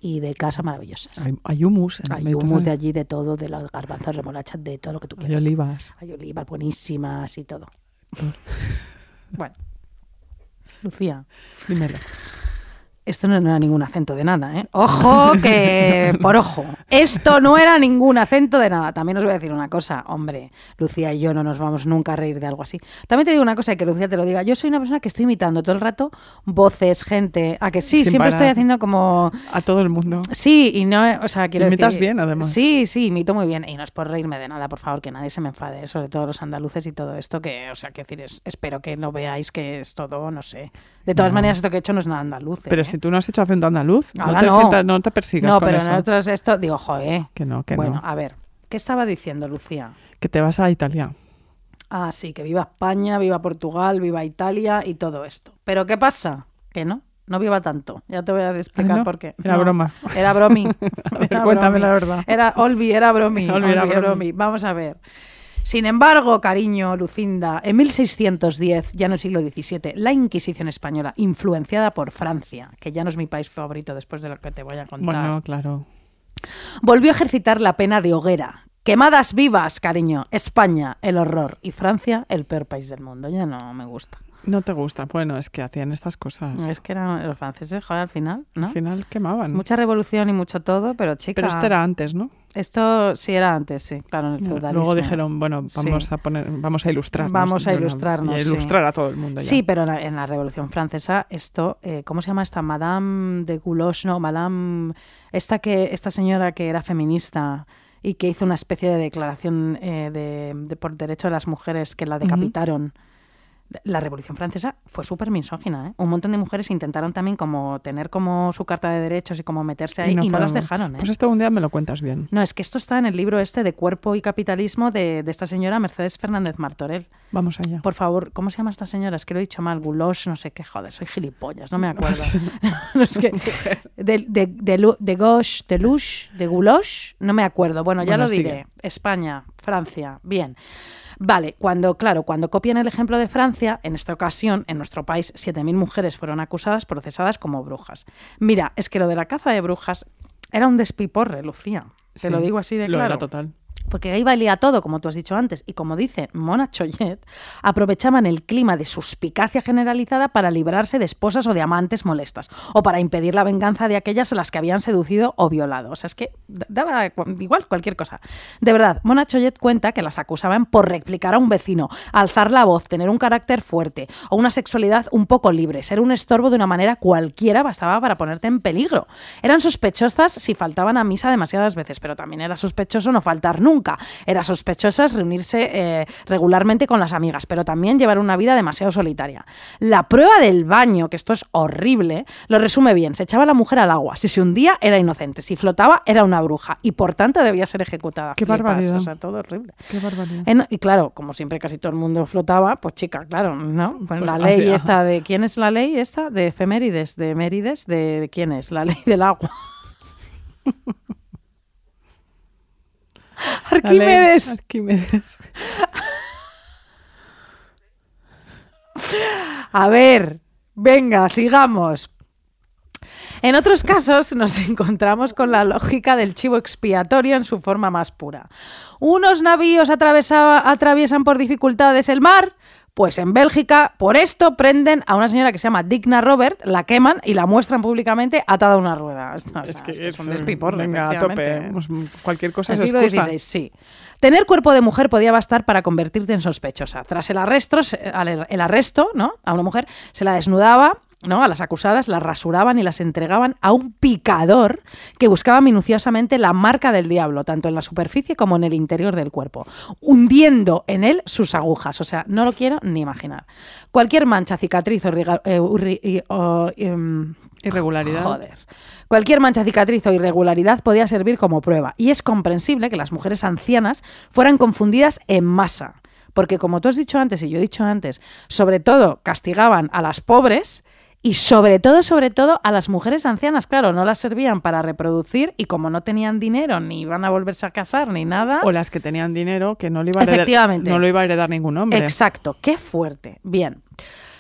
Speaker 3: y de casas maravillosas.
Speaker 4: Hay, hay humus en el
Speaker 3: Hay
Speaker 4: Mediterráneo.
Speaker 3: humus de allí, de todo, de los garbanzos, remolachas, de todo lo que tú
Speaker 4: Hay
Speaker 3: quieras.
Speaker 4: olivas.
Speaker 3: Hay olivas buenísimas y
Speaker 4: <laughs>
Speaker 3: todo. bueno. Lucía,
Speaker 4: Dímelo.
Speaker 3: esto no era ningún acento de nada, ¿eh? Ojo
Speaker 4: <laughs>
Speaker 3: que por ojo. Esto no era ningún acento de nada. También os voy a decir una cosa, hombre, Lucía y yo no nos vamos nunca a reír de algo así. También te digo una cosa y que Lucía te lo diga. Yo soy una persona que estoy imitando todo el rato voces, gente, a que sí,
Speaker 4: Sin
Speaker 3: siempre
Speaker 4: parar.
Speaker 3: estoy haciendo como
Speaker 4: A todo el mundo.
Speaker 3: Sí, y no, o sea, quiero
Speaker 4: Imitas
Speaker 3: decir-
Speaker 4: bien, además.
Speaker 3: Sí, sí, imito muy bien. Y no es por reírme de nada, por favor, que nadie se me enfade, sobre todo los andaluces y todo esto, que, o sea, quiero decir, es- espero que no veáis que es todo, no sé. De todas maneras, esto que he hecho no es nada andaluz.
Speaker 4: Pero
Speaker 3: ¿eh?
Speaker 4: si tú no has hecho acento andaluz, no
Speaker 3: Ahora
Speaker 4: te,
Speaker 3: no.
Speaker 4: sientas- no te persigas
Speaker 3: No,
Speaker 4: con
Speaker 3: pero
Speaker 4: eso.
Speaker 3: nosotros esto, digo, joder.
Speaker 4: Que no, que
Speaker 3: bueno,
Speaker 4: no.
Speaker 3: a ver, ¿qué estaba diciendo Lucía?
Speaker 4: Que te vas a Italia.
Speaker 3: Ah, sí, que viva España, viva Portugal, viva Italia y todo esto. Pero ¿qué pasa? Que no, no viva tanto. Ya te voy a explicar
Speaker 4: Ah, ¿no?
Speaker 3: por qué.
Speaker 4: Era
Speaker 3: No,
Speaker 4: broma.
Speaker 3: Era bromi.
Speaker 4: <laughs> A ver, cuéntame la verdad.
Speaker 3: Era Olvi, era bromi.
Speaker 4: Olvi, era
Speaker 3: Olvi, era
Speaker 4: bromi.
Speaker 3: bromi. Vamos a ver. Sin embargo, cariño, Lucinda, en 1610, ya en el siglo XVII, la Inquisición española, influenciada por Francia, que ya no es mi país favorito después de lo que te voy a contar,
Speaker 4: Bueno, claro.
Speaker 3: volvió a ejercitar la pena de hoguera. Quemadas vivas, cariño. España, el horror. Y Francia, el peor país del mundo. Ya no me gusta.
Speaker 4: No te gusta. Bueno, es que hacían estas cosas.
Speaker 3: Es que eran los franceses, joder, al final, ¿no?
Speaker 4: Al final quemaban.
Speaker 3: Mucha revolución y mucho todo, pero chica...
Speaker 4: Pero esto era antes, ¿no?
Speaker 3: Esto sí era antes, sí, claro, en el feudalismo.
Speaker 4: Luego dijeron, bueno, vamos
Speaker 3: Sí.
Speaker 4: a poner, vamos a ilustrarnos.
Speaker 3: Vamos a
Speaker 4: de una-
Speaker 3: ilustrarnos,
Speaker 4: y a
Speaker 3: sí.
Speaker 4: ilustrar a todo el mundo. ya.
Speaker 3: Sí, pero en la, en la Revolución Francesa, esto, eh, ¿cómo se llama esta? Madame de Gouloche, no, Madame. Esta, que, esta señora que era feminista y que hizo una especie de declaración eh, de, de por derecho de las mujeres que la decapitaron. la Revolución Francesa fue súper misógina. ¿eh? Un montón de mujeres intentaron también como tener como su carta de derechos y como meterse ahí y no,
Speaker 4: fueron-
Speaker 3: las dejaron. ¿eh?
Speaker 4: Pues esto un día me lo cuentas bien.
Speaker 3: No, es que esto está en el libro este de Cuerpo y Capitalismo de, de esta señora Mercedes Fernández Martorell.
Speaker 4: Vamos allá. <laughs>
Speaker 3: Por favor, ¿cómo se llama esta señora? Es que lo he dicho mal, Gulosh, no sé qué, joder, soy gilipollas, no me acuerdo. <laughs> No, es que de, de, de, Lu- de Gauche, de Lush, de Gulosh, no me acuerdo. Bueno, ya
Speaker 4: Bueno,
Speaker 3: lo
Speaker 4: sigue.
Speaker 3: diré. España, Francia, bien. Vale, cuando, claro, cuando copian el ejemplo de Francia, en esta ocasión, en nuestro país, 7.000 mujeres fueron acusadas, procesadas como brujas. Mira, es que lo de la caza de brujas era un despiporre, Lucía. Te
Speaker 4: Sí,
Speaker 3: lo digo así de
Speaker 4: lo era
Speaker 3: claro.
Speaker 4: total.
Speaker 3: Porque ahí valía todo, como tú has dicho antes, y como dice Mona Choyet, aprovechaban el clima de suspicacia generalizada para librarse de esposas o de amantes molestas, o para impedir la venganza de aquellas a las que habían seducido o violado. O sea, es que d- daba cu- igual cualquier cosa. De verdad, Mona Choyet cuenta que las acusaban por replicar a un vecino, alzar la voz, tener un carácter fuerte, o una sexualidad un poco libre, ser un estorbo de una manera cualquiera bastaba para ponerte en peligro. Eran sospechosas si faltaban a misa demasiadas veces, pero también era sospechoso no faltar nunca. Era sospechosas reunirse eh, regularmente con las amigas, pero también llevar una vida demasiado solitaria. La prueba del baño, que esto es horrible, lo resume bien. Se echaba la mujer al agua. Si se hundía, era inocente. Si flotaba, era una bruja. Y por tanto debía ser ejecutada.
Speaker 4: Qué
Speaker 3: Flipas,
Speaker 4: barbaridad.
Speaker 3: O sea, todo horrible.
Speaker 4: Qué barbaridad.
Speaker 3: Eh, no, y claro, como siempre casi todo el mundo flotaba, pues chica, claro, ¿no? Pues
Speaker 4: Pues
Speaker 3: la
Speaker 4: así,
Speaker 3: ley
Speaker 4: ajá.
Speaker 3: esta de quién es la ley esta de efemérides, de mérides, de, de quién es la ley del agua. Arquímedes.
Speaker 4: <laughs> Arquímedes.
Speaker 3: A ver, venga, sigamos. En otros casos nos <laughs> encontramos con la lógica del chivo expiatorio en su forma más pura. Unos navíos atravesaba- atraviesan por dificultades el mar, pues en Bélgica por esto prenden a una señora que se llama Digna Robert, la queman y la muestran públicamente atada a una rueda. <laughs> O sea, es, que es un despiporre,
Speaker 4: Venga, a
Speaker 3: efectivamente,
Speaker 4: tope.
Speaker 3: ¿eh?
Speaker 4: Pues, mm, Cualquier cosa
Speaker 3: El
Speaker 4: es
Speaker 3: siglo
Speaker 4: excusa.
Speaker 3: XVI, sí. Tener cuerpo de mujer podía bastar para convertirte en sospechosa. Tras el arresto, se- al- er, el arresto, ¿no? A una mujer se la desnudaba, ¿no? A las acusadas las rasuraban y las entregaban a un picador que buscaba minuciosamente la marca del diablo, tanto en la superficie como en el interior del cuerpo, hundiendo en él sus agujas. O sea, no lo quiero ni imaginar. Cualquier mancha, cicatriz o, riga- eh, urri- y- o, em,
Speaker 4: Irregularidad.
Speaker 3: Joder. Cualquier mancha, cicatriz o irregularidad podía servir como prueba, y es comprensible que las mujeres ancianas fueran confundidas en masa. Porque, como tú has dicho antes y yo he dicho antes, sobre todo castigaban a las pobres y, sobre todo, sobre todo, a las mujeres ancianas. Claro, no las servían para reproducir y, como no tenían dinero ni iban a volverse a casar ni nada.
Speaker 4: O las que tenían dinero que no, le iba a heredar,
Speaker 3: Efectivamente.
Speaker 4: no lo iba a heredar ningún hombre.
Speaker 3: Exacto, qué fuerte. Bien.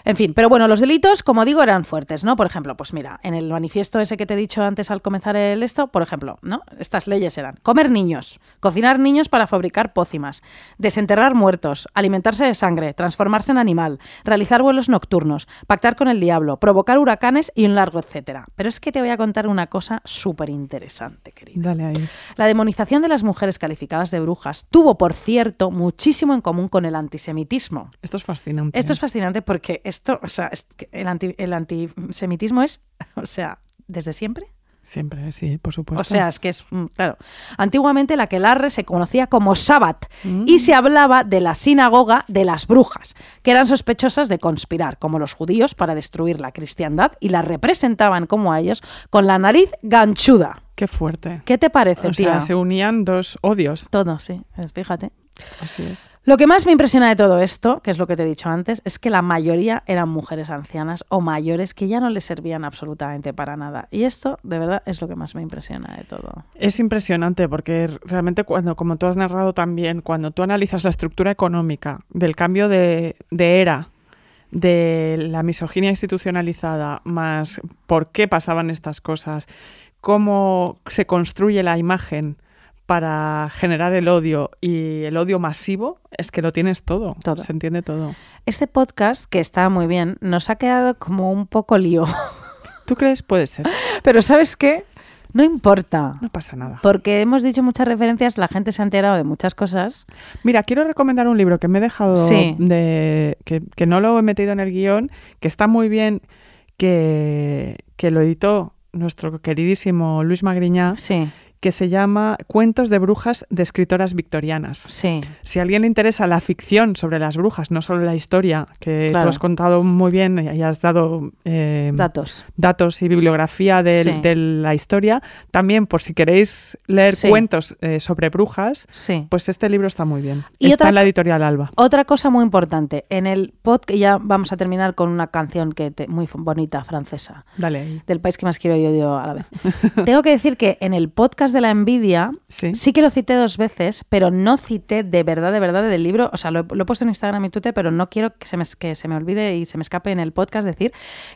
Speaker 3: En fin, pero bueno, los delitos, como digo, eran fuertes, ¿no? Por ejemplo, pues mira, en el manifiesto ese que te he dicho antes al comenzar el esto, por ejemplo, ¿no? Estas leyes eran comer niños, cocinar niños para fabricar pócimas, desenterrar muertos, alimentarse de sangre, transformarse en animal, realizar vuelos nocturnos, pactar con el diablo, provocar huracanes y un largo etcétera. Pero es que te voy a contar una cosa súper interesante, querida.
Speaker 4: Dale ahí.
Speaker 3: La demonización de las mujeres calificadas de brujas tuvo, por cierto, muchísimo en común con el antisemitismo.
Speaker 4: Esto es fascinante. ¿eh?
Speaker 3: Esto es fascinante porque esto, o sea, es que el, anti- el antisemitismo es, o sea, desde siempre.
Speaker 4: Siempre, sí, por supuesto.
Speaker 3: O sea, es que es, mm, claro. Antiguamente la aquelarre se conocía como sábat y
Speaker 4: Mm.
Speaker 3: se hablaba de la sinagoga de las brujas, que eran sospechosas de conspirar, como los judíos, para destruir la cristiandad y la representaban como a ellos con la nariz ganchuda.
Speaker 4: Qué fuerte.
Speaker 3: ¿Qué te parece,
Speaker 4: o
Speaker 3: tía?
Speaker 4: sea, se unían dos odios.
Speaker 3: Todo, sí, fíjate.
Speaker 4: Así es.
Speaker 3: Lo que más me impresiona de todo esto, que es lo que te he dicho antes, es que la mayoría eran mujeres ancianas o mayores que ya no les servían absolutamente para nada. Y esto, de verdad, es lo que más me impresiona de todo.
Speaker 4: Es impresionante porque r- realmente cuando, como tú has narrado también, cuando tú analizas la estructura económica del cambio de, de era, de la misoginia institucionalizada, más por qué pasaban estas cosas, cómo se construye la imagen para generar el odio y el odio masivo, es que lo tienes todo,
Speaker 3: Todo.
Speaker 4: se entiende todo.
Speaker 3: Este podcast, que está muy bien, nos ha quedado como un poco lío. <laughs>
Speaker 4: ¿Tú crees? Puede ser,
Speaker 3: Pero ¿sabes qué? No importa.
Speaker 4: no pasa nada.
Speaker 3: Porque hemos dicho muchas referencias, la gente se ha enterado de muchas cosas.
Speaker 4: Mira, quiero recomendar un libro que me he dejado
Speaker 3: Sí.
Speaker 4: de. Que, que no lo he metido en el guión, que está muy bien, que, que lo editó nuestro queridísimo Luis Magriñá,
Speaker 3: Sí.
Speaker 4: que se llama Cuentos de brujas de escritoras victorianas.
Speaker 3: Sí.
Speaker 4: Si a alguien le interesa la ficción sobre las brujas, no solo la historia, que
Speaker 3: Claro.
Speaker 4: tú has contado muy bien y has dado
Speaker 3: Em.
Speaker 4: eh,
Speaker 3: Datos.
Speaker 4: datos y bibliografía del-
Speaker 3: Sí.
Speaker 4: de la historia, también por si queréis leer
Speaker 3: Sí.
Speaker 4: cuentos eh, sobre brujas,
Speaker 3: Sí.
Speaker 4: pues este libro está muy bien.
Speaker 3: Y
Speaker 4: está
Speaker 3: otra-
Speaker 4: en la editorial Alba.
Speaker 3: Otra cosa muy importante, en el podcast ya vamos a terminar con una canción que te- muy f- bonita francesa,
Speaker 4: Dale ahí.
Speaker 3: del país que más quiero y odio a la vez. <laughs> Tengo que decir que en el podcast de la envidia
Speaker 4: Sí.
Speaker 3: sí que lo cité dos veces, pero no cité de verdad, de verdad del libro, o sea, lo, he- lo he puesto en Instagram y Twitter, pero no quiero que se, me, es- que se me olvide y se me escape en el podcast decir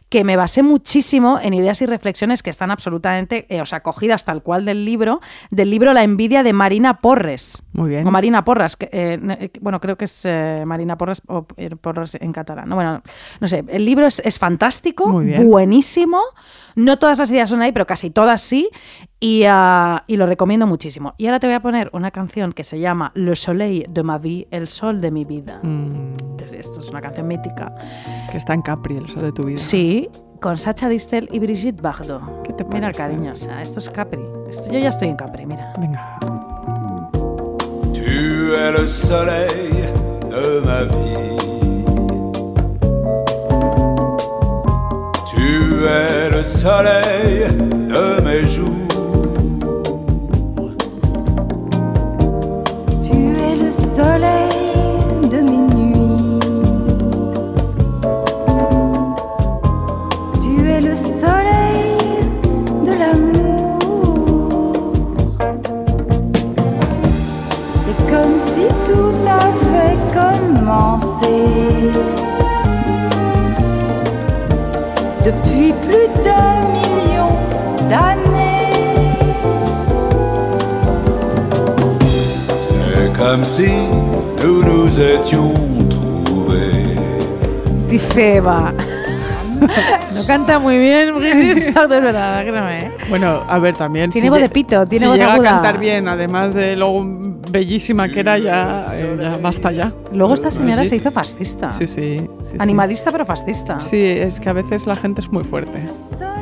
Speaker 3: que me basé muchísimo en ideas y reflexiones que están absolutamente, eh, o sea, cogidas tal cual del libro, del libro La envidia de Marina Porres.
Speaker 4: Muy bien.
Speaker 3: O Marina Porras, que, eh, no, eh, bueno, creo que es eh, Marina Porras o eh, Porras en catalán. ¿no? Bueno, no sé, el libro es, es fantástico,
Speaker 4: Muy bien.
Speaker 3: buenísimo. No todas las ideas son ahí, pero casi todas sí. Y, ah, y lo recomiendo muchísimo. Y ahora te voy a poner una canción que se llama Le Soleil de ma vie, el sol de mi vida.
Speaker 4: Mm,
Speaker 3: Pues Esto es una canción mítica.
Speaker 4: que está en Capri, el sol de tu vida.
Speaker 3: Sí, con Sacha Distel y Brigitte Bardot.
Speaker 4: ¿Qué te
Speaker 3: Mira,
Speaker 4: parece?
Speaker 3: cariño, o sea, esto es Capri. Esto- yo ya estoy en Capri, mira.
Speaker 4: Venga.
Speaker 9: Tu es le soleil de ma vie. Tu es le soleil de mes jours.
Speaker 10: Tu es le soleil de mes nuits. Tu es le soleil de l'amour. C'est comme si tout avait commencé. Depuis plus d'un million d'années.
Speaker 9: C'est comme si nous nous étions trouvés.
Speaker 3: Dice Eva. No canta muy bien, <laughs> Brigitte Bardot, es verdad, créeme. ¿eh?
Speaker 4: Bueno, a ver también.
Speaker 3: Tiene
Speaker 4: si
Speaker 3: voz de
Speaker 4: lle-
Speaker 3: pito, tiene
Speaker 4: si
Speaker 3: voz
Speaker 4: llega
Speaker 3: aguda.
Speaker 4: a cantar bien, además de lo bellísima que era, ya, eh, ya basta ya.
Speaker 3: Luego esta señora
Speaker 4: Brigitte.
Speaker 3: se hizo fascista.
Speaker 4: Ah, Sí, sí. sí, sí.
Speaker 3: Animalista pero fascista.
Speaker 4: Sí, es que a veces la gente es muy fuerte.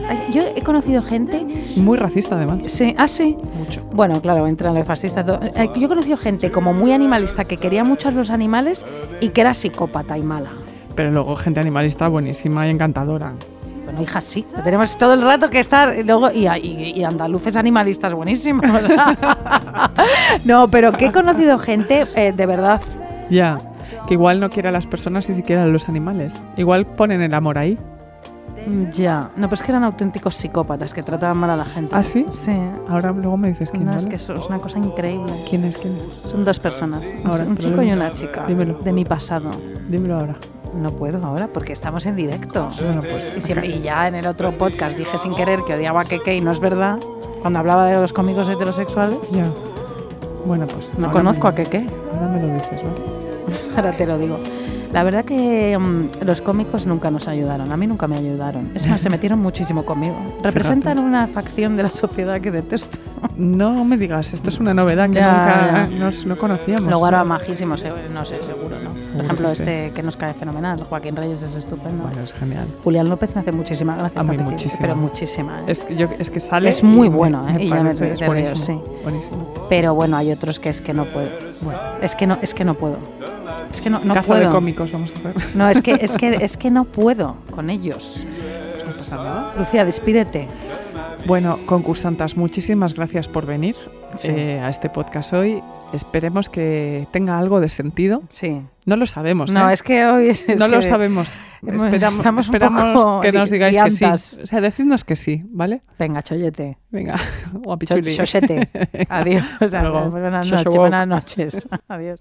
Speaker 3: Ay, Yo he conocido gente.
Speaker 4: Muy racista, además.
Speaker 3: Sí, ah, sí.
Speaker 4: Mucho.
Speaker 3: Bueno, claro, entra en lo de fascista. todo. Eh, Yo he conocido gente como muy animalista que quería mucho a los animales y que era psicópata y mala.
Speaker 4: Pero luego gente animalista buenísima y encantadora.
Speaker 3: Bueno, hija, sí. lo tenemos todo el rato que estar. y Luego, y, y- y andaluces animalistas buenísimos. <laughs> no, pero que he conocido gente eh, de verdad
Speaker 4: Ya. Que igual no quiere a las personas ni siquiera a los animales. Igual ponen el amor ahí.
Speaker 3: Mm, Ya, no, pero es que eran auténticos psicópatas que trataban mal a la gente.
Speaker 4: ¿Ah, sí?
Speaker 3: Sí.
Speaker 4: Ahora luego me dices quién,
Speaker 3: No, es
Speaker 4: ¿vale?
Speaker 3: que eso es una cosa increíble.
Speaker 4: ¿Quién es? ¿Quién es?
Speaker 3: Son dos personas, un-
Speaker 4: Ahora,
Speaker 3: un chico y
Speaker 4: dímelo.
Speaker 3: una chica.
Speaker 4: Dímelo.
Speaker 3: De mi pasado.
Speaker 4: Dímelo ahora.
Speaker 3: No puedo ahora porque estamos en directo.
Speaker 4: Bueno, pues.
Speaker 3: Y, siempre- y ya en el otro podcast dije sin querer que odiaba a Keke y no es verdad. Cuando hablaba de los cómicos heterosexuales,
Speaker 4: Ya. Bueno, pues.
Speaker 3: no
Speaker 4: ahora
Speaker 3: conozco
Speaker 4: me-
Speaker 3: a Keke.
Speaker 4: Ahora me lo dices, ¿vale?
Speaker 3: <laughs> Ahora te lo digo. La verdad que mm, los cómicos nunca nos ayudaron, a mí nunca me ayudaron. Es más, se metieron muchísimo
Speaker 4: <laughs>
Speaker 3: conmigo. Representan una facción de la sociedad que detesto.
Speaker 4: No me digas, esto es una novedad que
Speaker 3: Ya,
Speaker 4: nunca Nos, no conocíamos.
Speaker 3: Luego ahora majísimo, se- no sé, seguro, ¿no?
Speaker 4: Seguro
Speaker 3: Por ejemplo,
Speaker 4: que sí.
Speaker 3: este que nos cae fenomenal, Joaquín Reyes es estupendo.
Speaker 4: Bueno, es genial.
Speaker 3: Julián López me hace muchísima gracia.
Speaker 4: A mí
Speaker 3: esta película,
Speaker 4: muchísima.
Speaker 3: Pero muchísima. ¿eh?
Speaker 4: Es que, yo- es que sale.
Speaker 3: Es muy
Speaker 4: y me-
Speaker 3: bueno, ¿eh?
Speaker 4: me
Speaker 3: Y ya me-
Speaker 4: parece- es
Speaker 3: me río,
Speaker 4: buenísimo. Buenísimo.
Speaker 3: Pero bueno, hay otros que es que no puedo. Es que no, es que no puedo. Es que no, no
Speaker 4: Caza de
Speaker 3: puedo.
Speaker 4: cómicos vamos a hacer.
Speaker 3: no, es que, es que es que no puedo con ellos.
Speaker 4: Pues <laughs> no pasa nada.
Speaker 3: Lucía, despídete.
Speaker 4: Bueno, concursantas, muchísimas gracias por venir
Speaker 3: Sí.
Speaker 4: eh, a este podcast hoy. Esperemos que tenga algo de sentido.
Speaker 3: Sí.
Speaker 4: No lo sabemos.
Speaker 3: no,
Speaker 4: ¿eh?
Speaker 3: es que hoy es, <laughs> es
Speaker 4: no lo
Speaker 3: que-
Speaker 4: sabemos.
Speaker 3: hemos-
Speaker 4: Esperamos,
Speaker 3: estamos un
Speaker 4: esperamos
Speaker 3: poco <laughs>
Speaker 4: que nos
Speaker 3: li-
Speaker 4: digáis
Speaker 3: liantas.
Speaker 4: que sí. O sea, decidnos que sí, ¿vale?
Speaker 3: Venga, chollete.
Speaker 4: Venga, <laughs>
Speaker 3: Cho-
Speaker 4: guapichuli. <laughs>
Speaker 3: Chochete. Adiós.
Speaker 4: Luego.
Speaker 3: Buenas
Speaker 4: Shosho
Speaker 3: noches.
Speaker 4: walk.
Speaker 3: Buenas noches. <laughs> Adiós.